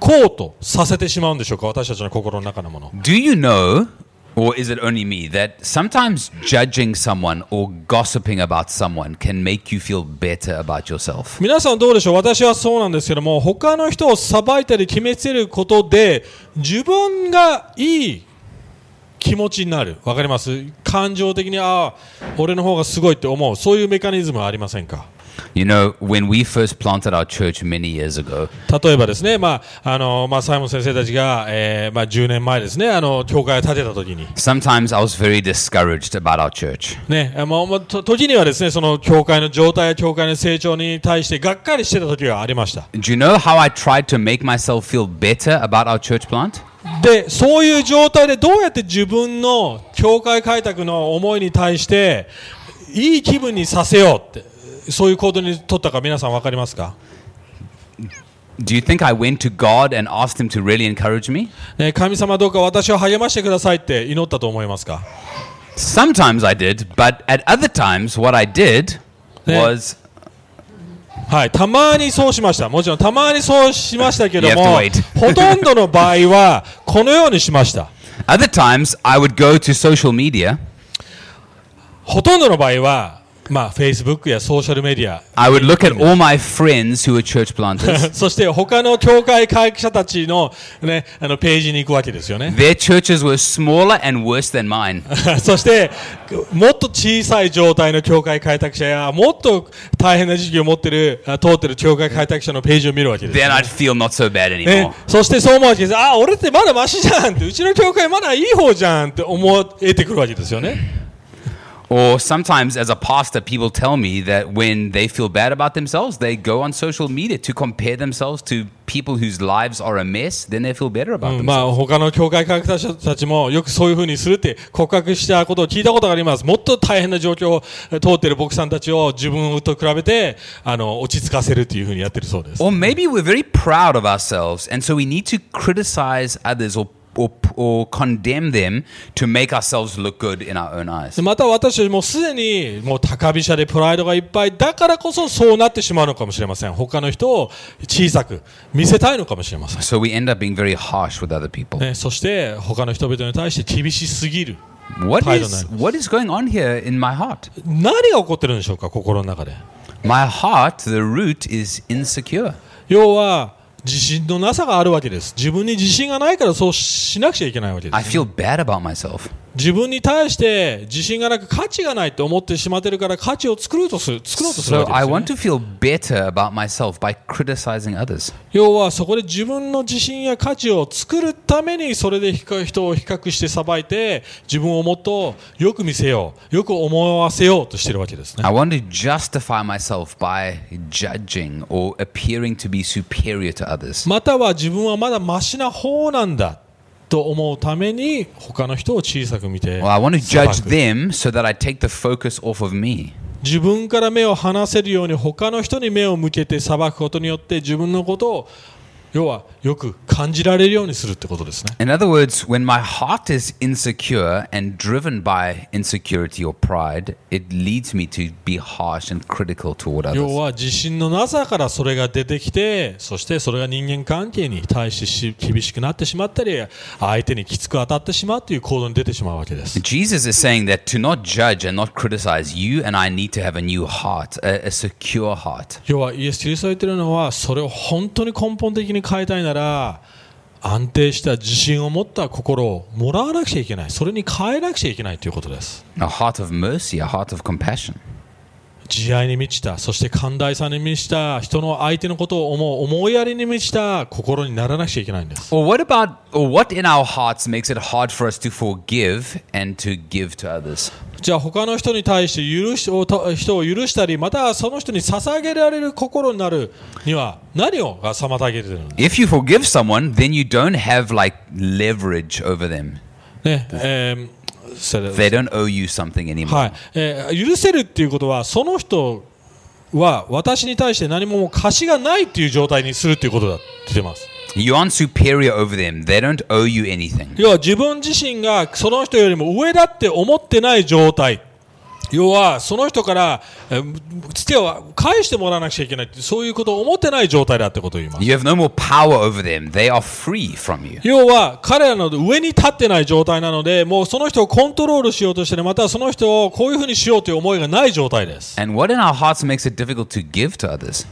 [SPEAKER 2] こうとさせてしまうんでしょうか私たちの心の中のもの。
[SPEAKER 1] Do you know, or is it only me, that sometimes judging someone or gossiping about someone can make you feel better about yourself?
[SPEAKER 2] 皆さんどうでしょう私はそうなんですけども他の人を裁いたり決めつけることで自分がいい気持ちになるわかります感情的にああ俺の方がすごいって思うそういうメカニズムはありませんか
[SPEAKER 1] You know, when we first planted our church many years ago,
[SPEAKER 2] 例えばですね、まああのまあ、サイモン先生たちが、えーまあ、10年前ですねあの教会を建てた時に
[SPEAKER 1] sometimes I was very discouraged about our church.
[SPEAKER 2] ね、えもうもうと時にはですねその教会の状態や教会の成長に対してがっかりしてた時がありました
[SPEAKER 1] Do you know how I tried to make myself feel better about our church plant?
[SPEAKER 2] で、そういう状態でどうやって自分の教会開拓の思いに対して、いい気分にさせようって、そういう行動に取ったか皆さんわかりますか、
[SPEAKER 1] Do you think I went to God and asked Him to really encourage me?
[SPEAKER 2] ね、神様どうか私を励ましてくださいって祈ったと思いますか
[SPEAKER 1] Sometimes I did, but at other times, what I did
[SPEAKER 2] Yeah.
[SPEAKER 1] was
[SPEAKER 2] はい、たまにそうしました。もちろんたまにそうしましたけど
[SPEAKER 1] You
[SPEAKER 2] も
[SPEAKER 1] have to、wait.
[SPEAKER 2] <laughs> ほとんどの場合はこのようにしました。
[SPEAKER 1] other times I would go to social media
[SPEAKER 2] ほとんどの場合は、まあ、Facebook やソーシャルメディア、
[SPEAKER 1] I would look at all my friends who are church
[SPEAKER 2] <laughs>
[SPEAKER 1] planters.
[SPEAKER 2] そして他の教会会社たちの,、ね、あのページに行くわけですよね。
[SPEAKER 1] Their churches were smaller and worse than mine.
[SPEAKER 2] <laughs> そして、もっと小さい状態の教会開拓者や、もっと大変な時期を持ってる、あ通ってる教会開拓者のページを見るわけです
[SPEAKER 1] Then
[SPEAKER 2] よ、
[SPEAKER 1] I'd feel not so bad
[SPEAKER 2] ね
[SPEAKER 1] anymore.
[SPEAKER 2] そしてそう思うわけです。あ、俺ってまだマシじゃんって、うちの教会まだいい方じゃんって思えてくるわけですよね。
[SPEAKER 1] Or sometimes, as a pastor, people tell me that when they feel bad about themselves, they go on social media to compare themselves to people whose lives are a mess. Then they feel better about
[SPEAKER 2] うん
[SPEAKER 1] them.
[SPEAKER 2] まあ、他の教会開拓者たちもよくそういうふうにするって告白したことを聞いたことがあります。もっと大変な状況を通っている牧師さんたちを自分と比べて、あの、落ち着かせるっていうふうにやってるそうです。
[SPEAKER 1] Or maybe we're very proud of ourselves, and so we need to criticize others or, or, or condemn them to make ourselves look good in our own eyes.
[SPEAKER 2] また私たちもうすでにもう高飛車でプライドがいっぱいだからこそそうなってしまうのかもしれません。他の人を小さく見せたいのかもしれません。
[SPEAKER 1] So we end up being very harsh with other people.
[SPEAKER 2] ね、そして他の人々に対して厳しすぎる。
[SPEAKER 1] What
[SPEAKER 2] I
[SPEAKER 1] is,
[SPEAKER 2] don't know.
[SPEAKER 1] what is going on here in my heart?
[SPEAKER 2] 何が起こってるんでしょうか、心の中で。
[SPEAKER 1] My heart, the root, is insecure.
[SPEAKER 2] 要は自信のなさがあるわけです。自分に自信がないからそうしなくちゃいけないわけで
[SPEAKER 1] I
[SPEAKER 2] す。
[SPEAKER 1] feel bad about myself.
[SPEAKER 2] 自分に対して自信がなく価値がないと思ってしまってるから価値を作ろうとする作ろうとする
[SPEAKER 1] So
[SPEAKER 2] わけで
[SPEAKER 1] I
[SPEAKER 2] すよ
[SPEAKER 1] want to
[SPEAKER 2] ね、
[SPEAKER 1] feel better about myself by criticizing others.
[SPEAKER 2] 要はそこで自分の自信や価値を作るためにそれで比較人を比較してさばいて自分をもっとよく見せようよく思わせようとしてるわけですね
[SPEAKER 1] I want to justify myself by judging or appearing to be superior to others.
[SPEAKER 2] または自分はまだマシな方なんだと思うために他の人を小さく見て
[SPEAKER 1] Well, I want to
[SPEAKER 2] 裁
[SPEAKER 1] judge
[SPEAKER 2] く
[SPEAKER 1] them so that I take the focus off of me.
[SPEAKER 2] 自分から目を離せるように他の人に目を向けて裁くことによって自分のことを要はよく感じられるようにするってことですね
[SPEAKER 1] In other words, when my heart is insecure and driven by insecurity or pride, it leads me to be harsh and critical toward
[SPEAKER 2] 要
[SPEAKER 1] others.
[SPEAKER 2] は自信のなさからそれが出てきてそしてそれが人間関係に対してし厳しくなってしまったり相手にきつく当たってしまうという行動に出てしまうわけです
[SPEAKER 1] Jesus is saying that to not judge and not criticize, you and I need to have a new heart, a, a secure heart.
[SPEAKER 2] 要はイエス・キリストが言ってるのはそれを本当に根本的に変えたいなら安定した自信を持った心をもらわなくちゃいけないそれに変えなくちゃいけないということです
[SPEAKER 1] A heart of mercy, a heart of compassion.
[SPEAKER 2] 慈愛に満ちたそして寛大さに満ちた人の相手のことを思う思いやりに満ちた心にならなくちゃいけないんです
[SPEAKER 1] Or what about, or what in our hearts makes it hard for us to forgive and to give to others?
[SPEAKER 2] じゃあ他の人に対して許しをた人を許したりまたはその人に捧げられる心になるには何をが妨げてるの、
[SPEAKER 1] If you forgive someone, then you don't have like leverage over them.
[SPEAKER 2] ねえーそれ
[SPEAKER 1] They don't owe you something anymore.
[SPEAKER 2] はいえー許せるっていうことはその人は私に対して何ももう貸しがないっていう状態にするっていうことだって言ってます。
[SPEAKER 1] You aren't superior over them. They don't owe you anything.
[SPEAKER 2] 要は自分自身がその人よりも上だって思ってない状態要はその人からえーつては返してもらわなくちゃいけないってそういうことを思ってない状態だってことを言います
[SPEAKER 1] You have no more power over them. They are free from you.
[SPEAKER 2] 要は彼らの上に立ってない状態なのでもうその人をコントロールしようとしてるまたはその人をこういうふうにしようという思いがない状態です
[SPEAKER 1] And what in our hearts makes it difficult to give to others?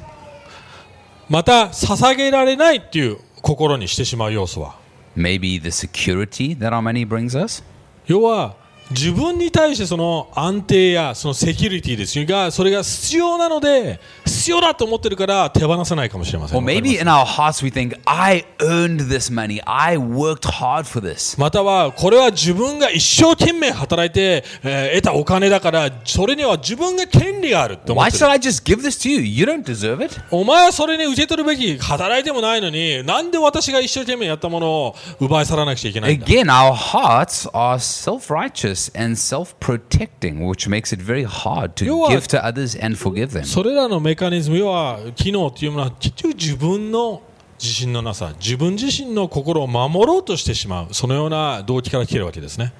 [SPEAKER 2] また捧げられないっていう心にしてしまう要素は
[SPEAKER 1] Maybe the security that our money brings us?
[SPEAKER 2] 要は自分に対してその安定やそのセキュリティですよがそれが必要なので必要だと思ってるから手放せないかもしれませ
[SPEAKER 1] Or
[SPEAKER 2] ん
[SPEAKER 1] maybe in our hearts we think, I earned this money. I worked hard for this.
[SPEAKER 2] またはこれは自分が一生懸命働いて、えー得たお金だからそれには自分が権利があると思
[SPEAKER 1] Why
[SPEAKER 2] ってる
[SPEAKER 1] should I just give this to you? You don't deserve it.
[SPEAKER 2] お前はそれに受け取るべき働いてもないのになんで私が一生懸命やったものを奪い去らなくちゃいけないんだ
[SPEAKER 1] Again, our hearts are self righteous and self protecting, which makes it very hard to
[SPEAKER 2] You are-
[SPEAKER 1] give to others and forgive them.
[SPEAKER 2] それらのメカニズム要は機能というものは結局自分の自信のなさ自分自身の心を守ろうとしてしまうそのような動機から来てるわけですね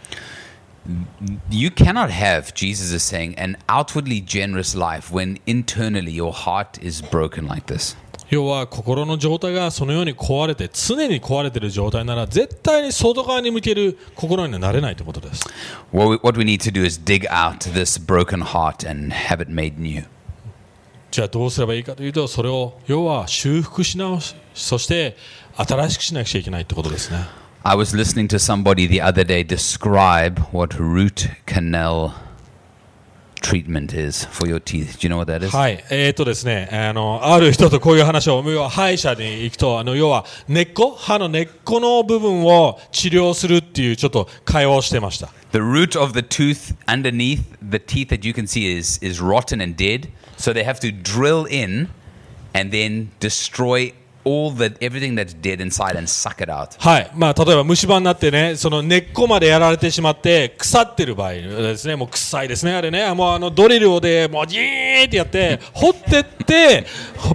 [SPEAKER 1] You cannot have, Jesus is saying, an outwardly generous life when internally your heart is broken like this.
[SPEAKER 2] 要は心の状態がそのように壊れて常に壊れている状態なら絶対に外側に向ける心にはなれないということです
[SPEAKER 1] What we, what we need to do is dig out this broken heart and have it made new.
[SPEAKER 2] じゃあどうすればいいかというとそれを要は修復し直しそして新しくしなくちゃいけないってことですね
[SPEAKER 1] I was listening to somebody the other day describe what root canal treatment is for your teeth. Do you know what that is?
[SPEAKER 2] はいえー、とですねあのある人とこういう話を要は歯医者に行くとあの要は根っこ歯の根っこの部分を治療するっていうちょっと会話をしてました
[SPEAKER 1] The root of the tooth underneath the teeth that you can see is is rotten and dead. So they have to drill in and then destroy all the everything that's dead inside and suck it out.
[SPEAKER 2] はい。まあ、例えば虫歯になってね、その根っこまでやられてしまって、腐ってる場合ですね、もう臭いですね、あれね、もうあのドリルで、もうジーってやって、掘ってって、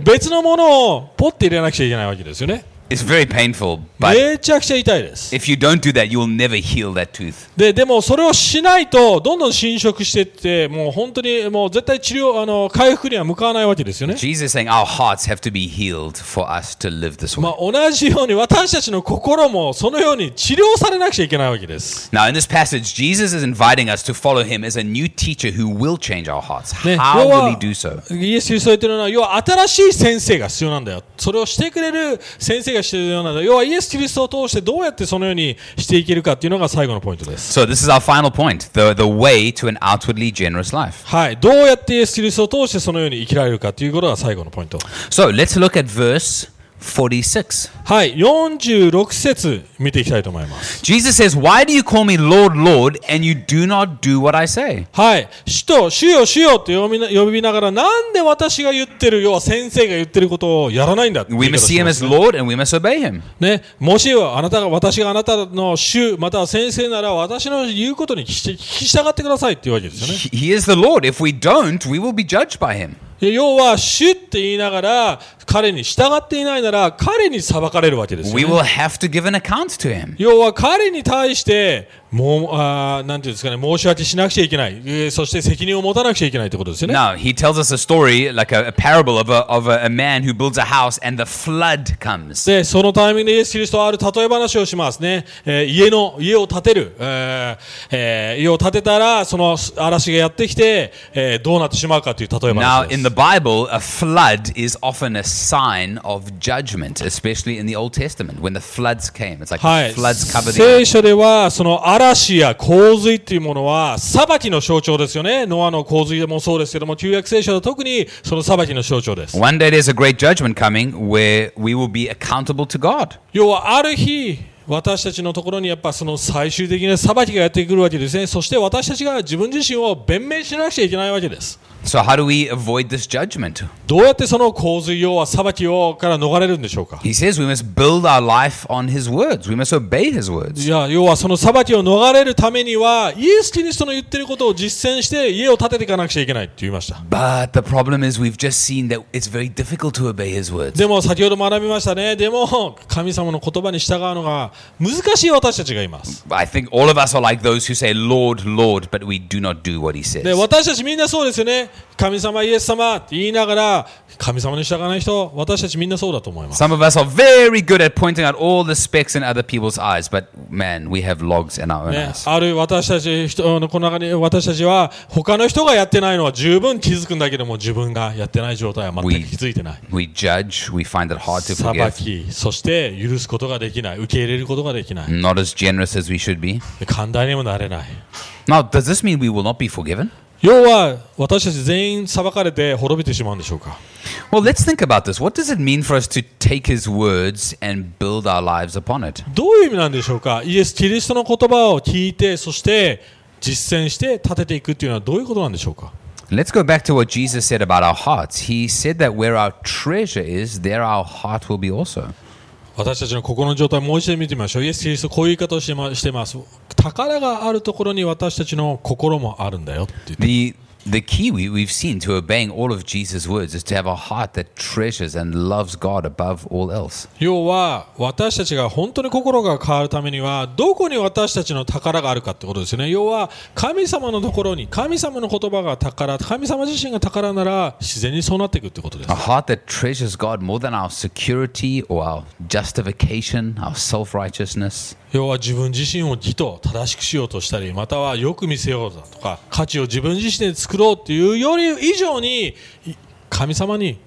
[SPEAKER 2] 別のものをポッて入れなくちゃいけないわけですよね。
[SPEAKER 1] It's very painful, but
[SPEAKER 2] めちゃくちゃ痛いです。
[SPEAKER 1] if you don't do that, you will never heal that tooth.
[SPEAKER 2] で、でもそれをしないと、どんどん侵食してって、もう本当に、もう絶対治療、あの、回復には向かわないわけですよね。
[SPEAKER 1] Jesus is saying our hearts have to be healed for us to live this way.
[SPEAKER 2] まあ、同じように私たちの心もそのように治療されなくちゃいけないわけです。
[SPEAKER 1] Now, in this passage, Jesus is inviting us to follow him as a new teacher who will change our hearts.
[SPEAKER 2] ね、
[SPEAKER 1] How will
[SPEAKER 2] 要は
[SPEAKER 1] he do so?
[SPEAKER 2] イエス・キリストが言ってるのは、要は新しい先生が必要なんだよ。それをしてくれる先生が必要なんだよ。要はイエス・キリストを通してどうやってそのようにしていけるかっていうのが最後のポイントです。
[SPEAKER 1] So, this is our final point the, the way to an outwardly generous life.
[SPEAKER 2] はい。どうやってイエス・キリストを通してそのように生きられるかっていうことが最後のポイント。
[SPEAKER 1] So, let's look at verse 46.
[SPEAKER 2] はい。46節見ていきたいと思います。
[SPEAKER 1] Jesus says, Why do you call me Lord, Lord, and you do not do what I say?
[SPEAKER 2] はい。主と、主よ、主よと呼びな呼びながら、なんで私が言ってる、要は先生が言ってることをやらないんだっていう
[SPEAKER 1] We
[SPEAKER 2] 言い方
[SPEAKER 1] must see
[SPEAKER 2] して
[SPEAKER 1] him
[SPEAKER 2] ます
[SPEAKER 1] as Lord and we must obey him.
[SPEAKER 2] ね、もしあなたが私があなたの主または先生なら私の言うことに聞き聞き従ってくださいっていうわけですよね。
[SPEAKER 1] He he is the Lord. If we don't, we will be judged by him.
[SPEAKER 2] で要は主って言いながら彼に従っていないなら彼に裁かれるわけですよ、
[SPEAKER 1] We
[SPEAKER 2] ね。
[SPEAKER 1] will have to give an account to him.
[SPEAKER 2] 要は彼に対してもうあーなんていうんですかね申し訳しなくちゃいけない、えーそして責任を持たなくちゃいけないってことですよね。
[SPEAKER 1] Now, he tells us a story, like a, a parable of, a, of a, a man who builds a house and the flood comes.
[SPEAKER 2] で、そのタイミングでイエス・キリストはある例え話をしますね。えー家の、家を建てる、えーえー家を建てたら、その嵐がやってきて、えーどうなってしまうかという例え
[SPEAKER 1] Now,
[SPEAKER 2] 話です
[SPEAKER 1] in。the Bible, a flood is often a sign of judgment, especially in the Old Testament. When the floods came, it's like
[SPEAKER 2] はい。
[SPEAKER 1] floods cover the earth.
[SPEAKER 2] 聖書では、その嵐や洪水っていうものは、裁きの象徴ですよね。ノアの洪水でもそうですけども、旧約聖書は特にその裁きの象徴です。
[SPEAKER 1] One day there's a great judgment coming where we will be accountable to God.
[SPEAKER 2] 要はある日私たちのところにやっぱその最終的な裁きがやってくるわけですねそして私たちが自分自身を弁明しなくちゃいけないわけです
[SPEAKER 1] So, how do we avoid this judgment?
[SPEAKER 2] どうやってその洪水要は裁きをから逃れるんでしょうか
[SPEAKER 1] He says we must build our life on His words, we must obey His words.
[SPEAKER 2] いや要はその裁きを逃れるためにはイエス・キリストの言ってることを実践して家を建てていかなくちゃいけないって言いました
[SPEAKER 1] But the problem is, we've just seen that it's very difficult to obey His words.
[SPEAKER 2] でも先ほど学びましたねでも神様の言葉に従うのが難しい私たちがいます
[SPEAKER 1] I think all of us are like those who say, Lord, Lord, but we do not do what He says.
[SPEAKER 2] で私たちみんなそうですよね神様イエス様って言いながら神様に従わない人私たちみんなそうだと思います
[SPEAKER 1] Some of us are very good at pointing out all the specks in other people's eyes, but man, we have logs in our own
[SPEAKER 2] ね、
[SPEAKER 1] eyes.
[SPEAKER 2] ある私たち人のこの中に私たちは他の人がやってないのは十分気づくんだけども自分がやってない状態は全く気づいてない
[SPEAKER 1] We judge, we find it hard to
[SPEAKER 2] 裁
[SPEAKER 1] forgive,
[SPEAKER 2] きそして許すことができない受け入れることができない
[SPEAKER 1] not as generous as we should be.
[SPEAKER 2] 寛大にもなれない
[SPEAKER 1] Now, does this mean we will not be forgiven?
[SPEAKER 2] 要は私たち全員裁かれて滅びてしまうんでしょうか
[SPEAKER 1] Well, let's think about this. What does it mean for us to take his words and build our lives upon it?
[SPEAKER 2] どういう意味なんでしょうかイエス・キリストの言葉を聞いてそして実践して立てていくっていうのはどういうことなんでしょうか
[SPEAKER 1] Let's go back to what Jesus said about our hearts. He said that where our treasure is, there our heart will be also.
[SPEAKER 2] 私たちの心の状態をもう一度見てみましょう。イエス・キリスト、こういう言い方をしてましてます。宝があるところに私たちの心もあるんだよって言って。
[SPEAKER 1] The the key we, we've seen to obeying all of Jesus' words is to have a heart that treasures and loves God above all else.
[SPEAKER 2] 要は私たちが本当に心が変わるためにはどこに私たちの宝があるかってことですよね要は神様のところに神様の言葉が宝神様自身が宝なら自然にそうなっていくってことです
[SPEAKER 1] A heart that treasures God more than our security or our justification, our self righteousness.
[SPEAKER 2] 要は自分自身を義と正しくしようとしたりまたはよく見せようだとか価値を自分自身で作ろうっていうより以上にい神様に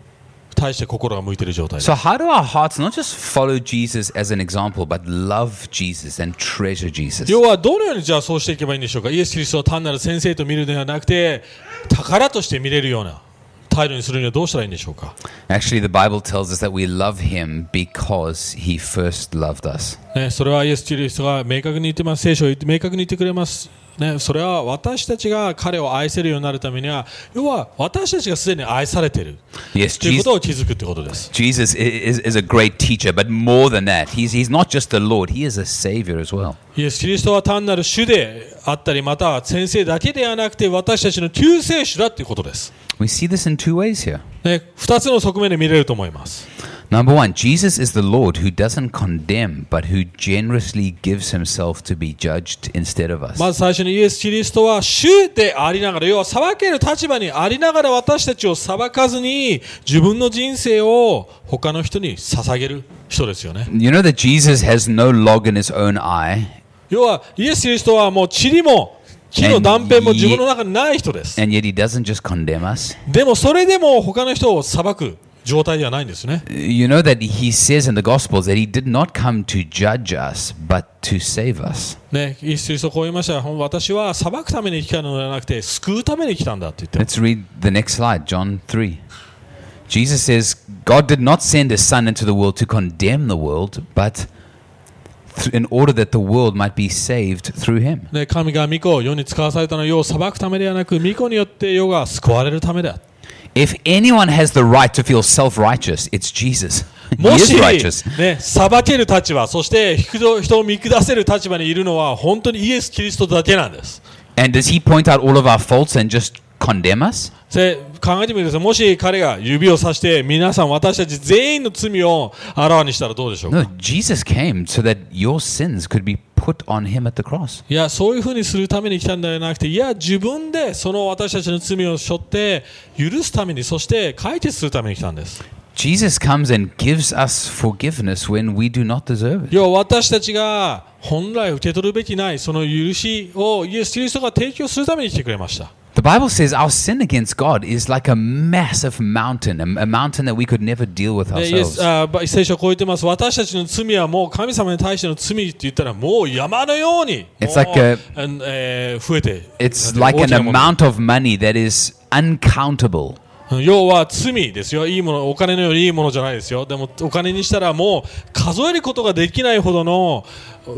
[SPEAKER 2] 対して心が向いている状態です
[SPEAKER 1] So, how do our hearts not just follow Jesus as an example, but love Jesus and treasure Jesus?
[SPEAKER 2] 要はどのようにじゃあそうしていけばいいんでしょうかイエス・キリストを単なる先生と見るのではなくて宝として見れるような態度にするにはどうしたらいいんでしょうか、
[SPEAKER 1] Actually, the Bible tells us that we love him because he first loved us.
[SPEAKER 2] ね、それはイエス・キリストが明確に言ってます聖書を言って明確に言ってくれます、ね、それは私たちが彼を愛せるようになるためには要は私たちがすでに愛されている
[SPEAKER 1] Yes,
[SPEAKER 2] とい
[SPEAKER 1] Jesus.
[SPEAKER 2] うことを気づくということです、
[SPEAKER 1] Jesus i- is, is a great teacher, but more than that, he's, he's not just the Lord, he is a savior as well.
[SPEAKER 2] イエス・キリストは単なる主であったりまたは先生だけではなくて私たちの救世主だということです、
[SPEAKER 1] We see this in two ways here.
[SPEAKER 2] ね、2つの側面で見れると思います
[SPEAKER 1] Number one, Jesus is the Lord who doesn't condemn, but who generously gives himself to be judged instead of us.
[SPEAKER 2] まず最初にイエス・キリストは主でありながら、要は裁ける立場にありながら私たちを裁かずに自分の人生を他の人に捧げる人ですよね。
[SPEAKER 1] You know that Jesus has no log in his own eye,
[SPEAKER 2] 要はイエス・キリストはもう塵も木の断片も自分の中にない人です。
[SPEAKER 1] and yet he doesn't just condemn us.
[SPEAKER 2] でもそれでも他の人を裁く状態ではないんですね。
[SPEAKER 1] You know that he says in the Gospels that he did not come to judge us, but to save us.
[SPEAKER 2] ね、イエス・キリストはこう言いました。ほん私は裁くために来たのではなくて救うために来たんだって言ってます
[SPEAKER 1] Let's read the next slide, John 3. Jesus says, God did not send his son into the world to condemn the world, but th- in order that the world might be saved through him.
[SPEAKER 2] ね、神が御子を世に使わされたのは世を裁くためではなく御子によって世が救われるためだ
[SPEAKER 1] If anyone has the right to feel self righteous, it's Jesus. <laughs>
[SPEAKER 2] も
[SPEAKER 1] he
[SPEAKER 2] し
[SPEAKER 1] is、righteous.
[SPEAKER 2] ね、裁ける立場そして人人を見下せる立場にいるのは本当にイエス・キリストだけなんです
[SPEAKER 1] And does he point out all of our faults and just condemn us?
[SPEAKER 2] で考えてみてくださいもし彼が指をさして皆さん私たち全員の罪をあらわにしたらどうでしょうか
[SPEAKER 1] No, Jesus came so that your sins could be put on him at the cross.
[SPEAKER 2] いやそういうふうにするために来たんではなくていや自分でその私たちの罪を背負って許すためにそして解決するために来たんです
[SPEAKER 1] Jesus comes and gives us forgiveness when we do not deserve it.
[SPEAKER 2] 要は私たちが本来受け取るべきないその許しをイエス・キリストが提供するために来てくれました。
[SPEAKER 1] The Bible says our sin against God is like a massive mountain, a, a mountain that we could never deal with
[SPEAKER 2] でイエ
[SPEAKER 1] ourselves.
[SPEAKER 2] スあば聖書を超えてます。私たちの罪はもう神様に対しての罪って言ったらもう山のようにもう
[SPEAKER 1] It's like a-
[SPEAKER 2] うんえー増えて
[SPEAKER 1] It's
[SPEAKER 2] なん
[SPEAKER 1] like
[SPEAKER 2] ていう
[SPEAKER 1] an
[SPEAKER 2] の大きなも
[SPEAKER 1] amount of money that is uncountable.
[SPEAKER 2] の要は罪ですよ。いいもの、お金のよりいいものじゃないですよ。でもお金にしたらもう数えることができないほどの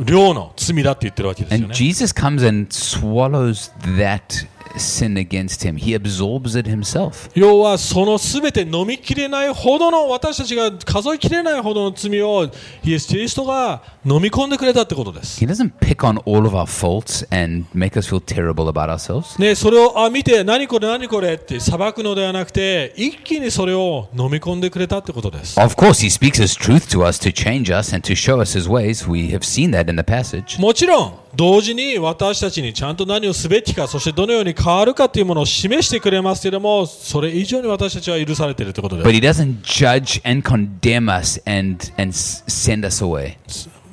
[SPEAKER 2] 量の罪だって言ってるわけですよ
[SPEAKER 1] And
[SPEAKER 2] ね。
[SPEAKER 1] Jesus comes and swallows that sin against him. He absorbs it himself.
[SPEAKER 2] 要はそのすべて飲みきれないほどの私たちが数えきれないほどの罪をイエス・キリストが飲み込んでくれたってことです。
[SPEAKER 1] He doesn't pick on all of our faults and make us feel terrible about ourselves.
[SPEAKER 2] ね、それをあ見て何これ何これって裁くのではなくて一気にそれを飲み込んでくれたってことです。
[SPEAKER 1] Of course, he speaks his truth to us to change us and to show us his ways. We have seen that in the passage.
[SPEAKER 2] もちろん同時に私たちにちゃんと何をすべきかそしてどのように変わるかというものを示してくれますけれどもそれ以上に私たちは許されているってことです
[SPEAKER 1] But。he doesn't judge and condemn us and, and s- send us away.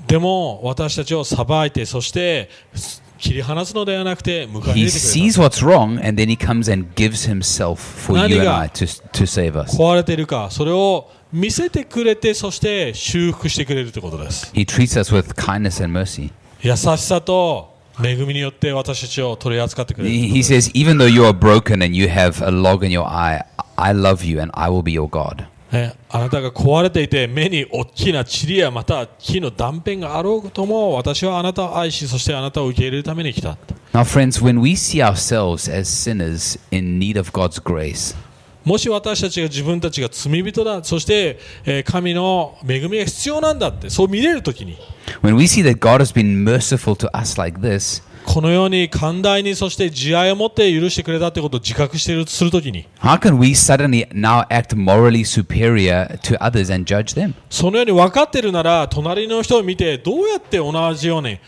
[SPEAKER 2] でも私たちを裁いてそして切り離すのではなくて迎え入れてくれ
[SPEAKER 1] He
[SPEAKER 2] ます
[SPEAKER 1] sees what's wrong and then he comes and gives himself for you and I to, to save us.
[SPEAKER 2] 壊れているかそれを見せてくれてそして修復してくれるということです
[SPEAKER 1] He treats us with kindness and mercy.
[SPEAKER 2] 優しさと恵みによって私たちを取り扱ってくれる
[SPEAKER 1] He, he says, Even though you are broken and you have a log in your eye, I love you and I will be your God.
[SPEAKER 2] ねあなたが壊れていて目に大きな塵やまた木の断片があろうとも私はあなたを愛しそしてあなたを受け入れるために来た
[SPEAKER 1] Now, friends, when we see ourselves as sinners in need of God's grace,
[SPEAKER 2] もし私たちが自分たちが罪人だそして、えー神の恵みが必要なんだってそう見れるときに
[SPEAKER 1] when we see that God has been merciful to us like this,
[SPEAKER 2] このように寛大に、そして慈愛を持って許してくれたということを自覚しているするときに、
[SPEAKER 1] How can we suddenly now act morally superior to others and judge them?
[SPEAKER 2] そのように分かっているなら、隣の人を見て、どうやって同じように、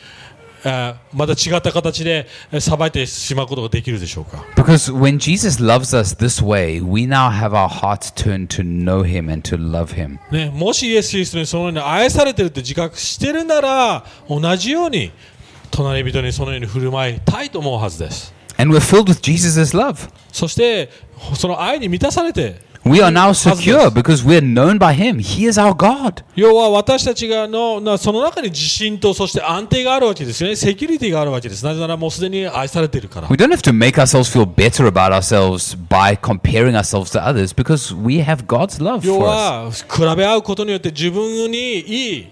[SPEAKER 2] えーまた違った形でえー裁いてしまうことができるでしょうか。
[SPEAKER 1] Because when Jesus loves us this way, we now have our hearts turned to know him and to love him.
[SPEAKER 2] ね、もしイエス・キリストにそのように愛されてるって自覚してるなら同じように隣人にそのように振る舞いたいと思うはずです
[SPEAKER 1] And we're filled with Jesus' love.
[SPEAKER 2] そしてその愛に満たされて
[SPEAKER 1] We are now
[SPEAKER 2] Husbands.
[SPEAKER 1] secure because we're known by him. He is our God.
[SPEAKER 2] 要は私たちがのなその中に自信とそして安定があるわけですよねセキュリティがあるわけですなぜならもうすでに愛されているから
[SPEAKER 1] We don't have to make ourselves feel better about ourselves by comparing ourselves to others because we have God's love
[SPEAKER 2] 要
[SPEAKER 1] for us.
[SPEAKER 2] は比べ合うことによって自分にいい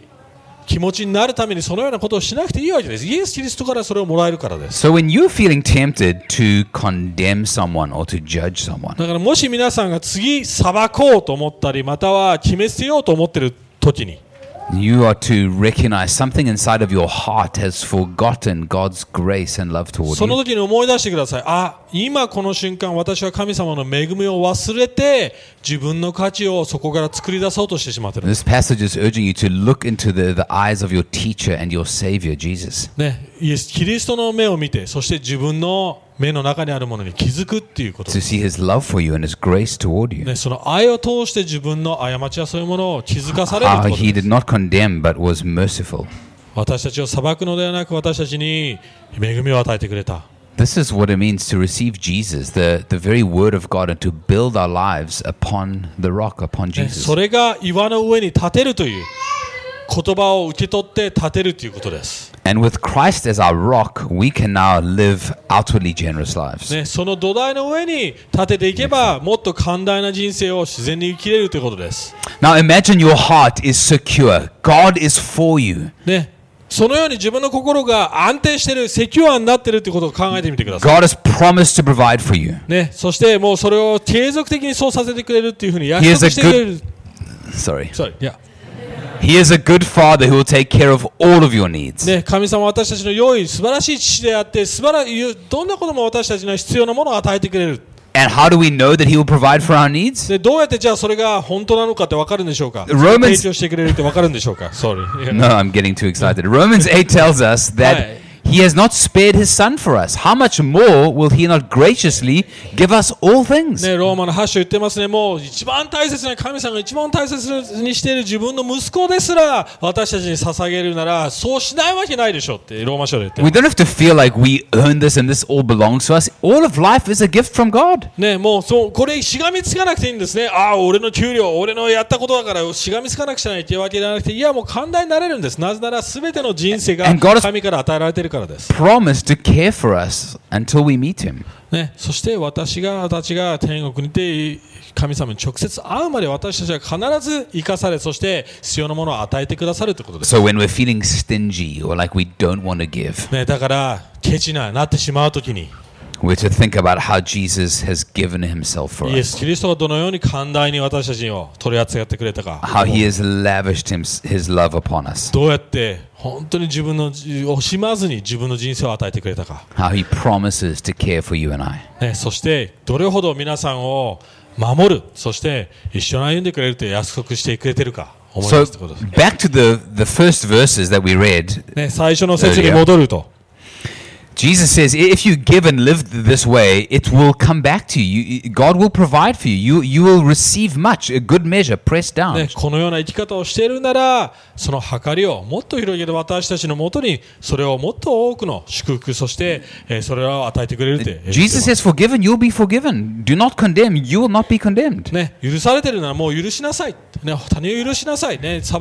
[SPEAKER 2] 気持ちになるためにそのようなことをしなくていいわけですイエス・キリストからそれをもらえるからです
[SPEAKER 1] So when you're feeling tempted to condemn someone or to judge someone,
[SPEAKER 2] だからもし皆さんが次裁こうと思ったりまたは決めつけようと思ってる時に
[SPEAKER 1] you are to recognize something inside of your heart has forgotten God's grace and love toward
[SPEAKER 2] その
[SPEAKER 1] you.
[SPEAKER 2] 時に思い出してくださいあ今この瞬間私は神様の恵みを忘れて自分の価値をそこから作り出そうとしてしまってる、
[SPEAKER 1] This passage is urging you to look into the, the eyes of your teacher and your savior, Jesus.
[SPEAKER 2] ね、イエスキリストの目を見てそして自分の目の中にあるものに気づくっていうこと、
[SPEAKER 1] to see his love for you and his grace toward you.
[SPEAKER 2] ね、その愛を通して自分の過ちやそういうものを気づかされるって
[SPEAKER 1] How
[SPEAKER 2] こと
[SPEAKER 1] Ah, he
[SPEAKER 2] で
[SPEAKER 1] did
[SPEAKER 2] す
[SPEAKER 1] not condemn but was merciful.
[SPEAKER 2] 私たちを裁くのではなく私たちに恵みを与えてくれた
[SPEAKER 1] This is what it means to receive Jesus, the, the very word of God, and to build our lives upon the rock, upon
[SPEAKER 2] ね
[SPEAKER 1] Jesus.
[SPEAKER 2] それが岩の上に立てるという言葉を受け取って立てるということです、
[SPEAKER 1] And with Christ as our rock, we can now live outwardly generous lives.
[SPEAKER 2] ね、その土台の上に立てていけばもっと寛大な人生を自然に生きれるということです、
[SPEAKER 1] Now imagine your heart is secure. God is for you.
[SPEAKER 2] ね、そのように自分の心が安定しているセキュアになっているということを考えてみてください
[SPEAKER 1] God has promised to provide for you.
[SPEAKER 2] ね、そしてもうそれを継続的にそうさせてくれるっていうふうに約
[SPEAKER 1] He
[SPEAKER 2] 束
[SPEAKER 1] is
[SPEAKER 2] し
[SPEAKER 1] a
[SPEAKER 2] てくれる。
[SPEAKER 1] Sorry.
[SPEAKER 2] Sorry. Yeah.
[SPEAKER 1] He is a good father who will take care of all of your needs.
[SPEAKER 2] ね、神様は私たちの良い素晴らしい父であって素晴らどんなことも私たちの必要なものを与えてくれる
[SPEAKER 1] And how do we know that he will provide for our needs?
[SPEAKER 2] でどうやってじゃあそれが本当なのかって分かるんでしょうか
[SPEAKER 1] Romans-
[SPEAKER 2] 提供してくれるって分かるんでしょうか Sorry.
[SPEAKER 1] <laughs> No, I'm getting too excited. Romans 8 tells us that
[SPEAKER 2] Right.
[SPEAKER 1] he has not spared his son for us. How much more will he not graciously give us all things?
[SPEAKER 2] ね、ローマの8章言ってますね、もう一番大切な、神様が一番大切にしている自分の息子ですら、私たちに捧げるなら、そうしないわけないでしょって、ローマ書で言って
[SPEAKER 1] We don't have to feel like we earn this and this all belongs to us. All of life is a gift from God.
[SPEAKER 2] ね、もうそうこれ、しがみつかなくていいんですね、ああ、俺の給料、俺のやったことだから、しがみつかなくちゃいけないわけじゃなくて、いや、もう寛大になれるんです、なぜなら、すべての人生が
[SPEAKER 1] And God is-
[SPEAKER 2] 神から与えられているからです。
[SPEAKER 1] Promise to care for us until we meet him.
[SPEAKER 2] ね、そして私が私が天国にて神様に直接会うまで私たちは必ず生かされそして必要なものを与えてくださるということです、
[SPEAKER 1] So when we're feeling stingy or like we don't want to give,
[SPEAKER 2] ね、だからケチななってしまうときに
[SPEAKER 1] we're to think about how Jesus has given himself for
[SPEAKER 2] イエ
[SPEAKER 1] us.
[SPEAKER 2] ス・キリストがどのように寛大に私たちを取り扱ってくれたか
[SPEAKER 1] How he has lavished him, his love upon us.
[SPEAKER 2] どうやって本当に自分の惜しまずに自分の人生を与えてくれたか、
[SPEAKER 1] How he promises to care for you and I.
[SPEAKER 2] ね、そしてどれほど皆さんを守るそして一緒に歩んでくれると約束してくれてるか思い
[SPEAKER 1] So
[SPEAKER 2] ますということです、
[SPEAKER 1] back to the the first verses that we read.
[SPEAKER 2] ね、最初の説に戻ると。
[SPEAKER 1] Jesus says, "If you give and live this way, it will come back to you. You- God will provide for you. You you will receive much, a good measure, pressed down."
[SPEAKER 2] ね、このような生き方をしているなら、その計りをもっと広げて私たちのもとに、それをもっと多くの祝福、そして、えーそれらを与えてくれるって。
[SPEAKER 1] Jesus has forgiven, you'll be forgiven. Do not condemn, you will not be condemned.
[SPEAKER 2] ね、許されてるならもう許しなさい、ね、他人を許しなさい、ね、裁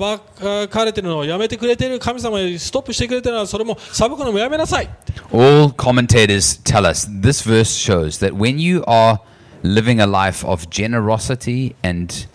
[SPEAKER 2] かれてるのをやめてくれてる神様にストップしてくれてるならそれも裁くのもやめなさい、
[SPEAKER 1] All commentators tell us this verse shows that when you are living a life of generosity and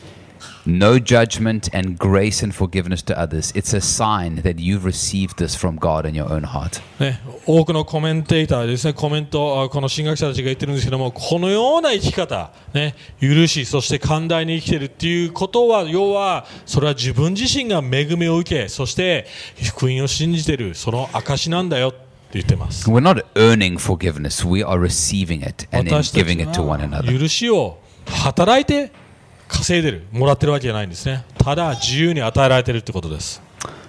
[SPEAKER 1] no judgment and grace and forgiveness to others, it's a sign that you've received this from God in your own heart.
[SPEAKER 2] ね、多くのコメンテーターですねコメントあこの神学者たちが言ってるんですけどもこのような生き方、ね、許しそして寛大に生きてるっていうことは要はそれは自分自身が恵みを受けそして福音を信じてるその証なんだよ言ってます。
[SPEAKER 1] We're not earning forgiveness, we are receiving it and then
[SPEAKER 2] 私た
[SPEAKER 1] giving
[SPEAKER 2] ち
[SPEAKER 1] it to one
[SPEAKER 2] は
[SPEAKER 1] another.
[SPEAKER 2] 許しを働いて稼いでる、もらってるわけじゃないんですね。ただ自由に与えられてるってことです。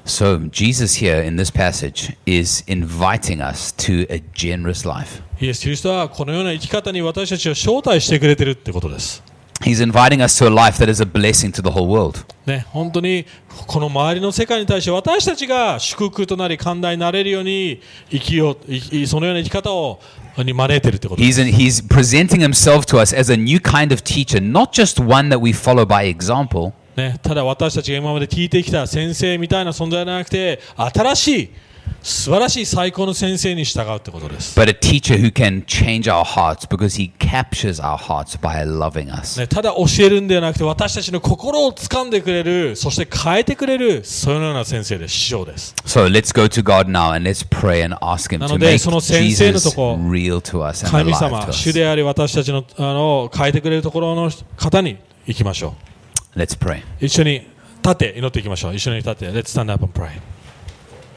[SPEAKER 1] So, Jesus here in this passage is inviting us to a generous life.
[SPEAKER 2] イエス・キリストはこのような生き方に私たちを招待してくれてるってことです。
[SPEAKER 1] He's inviting us to a life that is a blessing to the whole world.
[SPEAKER 2] ね、本当にこの周りの世界に対して私たちが祝福となり寛大になれるように生きよう生きそのような生き方をに招いてるってことです
[SPEAKER 1] He's, in, he's presenting himself to us as a new kind of teacher, not just one that we follow by example,
[SPEAKER 2] ね、ただ私たちが今まで聞いてきた先生みたいな存在じゃなくて新しい素晴らしい最高の先生に従うってことです
[SPEAKER 1] but a teacher who can change our hearts because he captures our hearts by loving us.
[SPEAKER 2] ね、ただ教えるんではなくて私たちの心を掴んでくれるそして変えてくれるそのような先生です師匠です
[SPEAKER 1] So let's go to God now and let's pray and ask him to
[SPEAKER 2] なので、
[SPEAKER 1] make
[SPEAKER 2] その先生の
[SPEAKER 1] Jesus
[SPEAKER 2] とこ、
[SPEAKER 1] real to us and
[SPEAKER 2] 神
[SPEAKER 1] alive to
[SPEAKER 2] 様
[SPEAKER 1] us.
[SPEAKER 2] 主であり私たちのあの変えてくれるところの方に行きましょう
[SPEAKER 1] Let's pray.
[SPEAKER 2] 一緒に立って祈っていきましょう一緒に立って Let's stand up and pray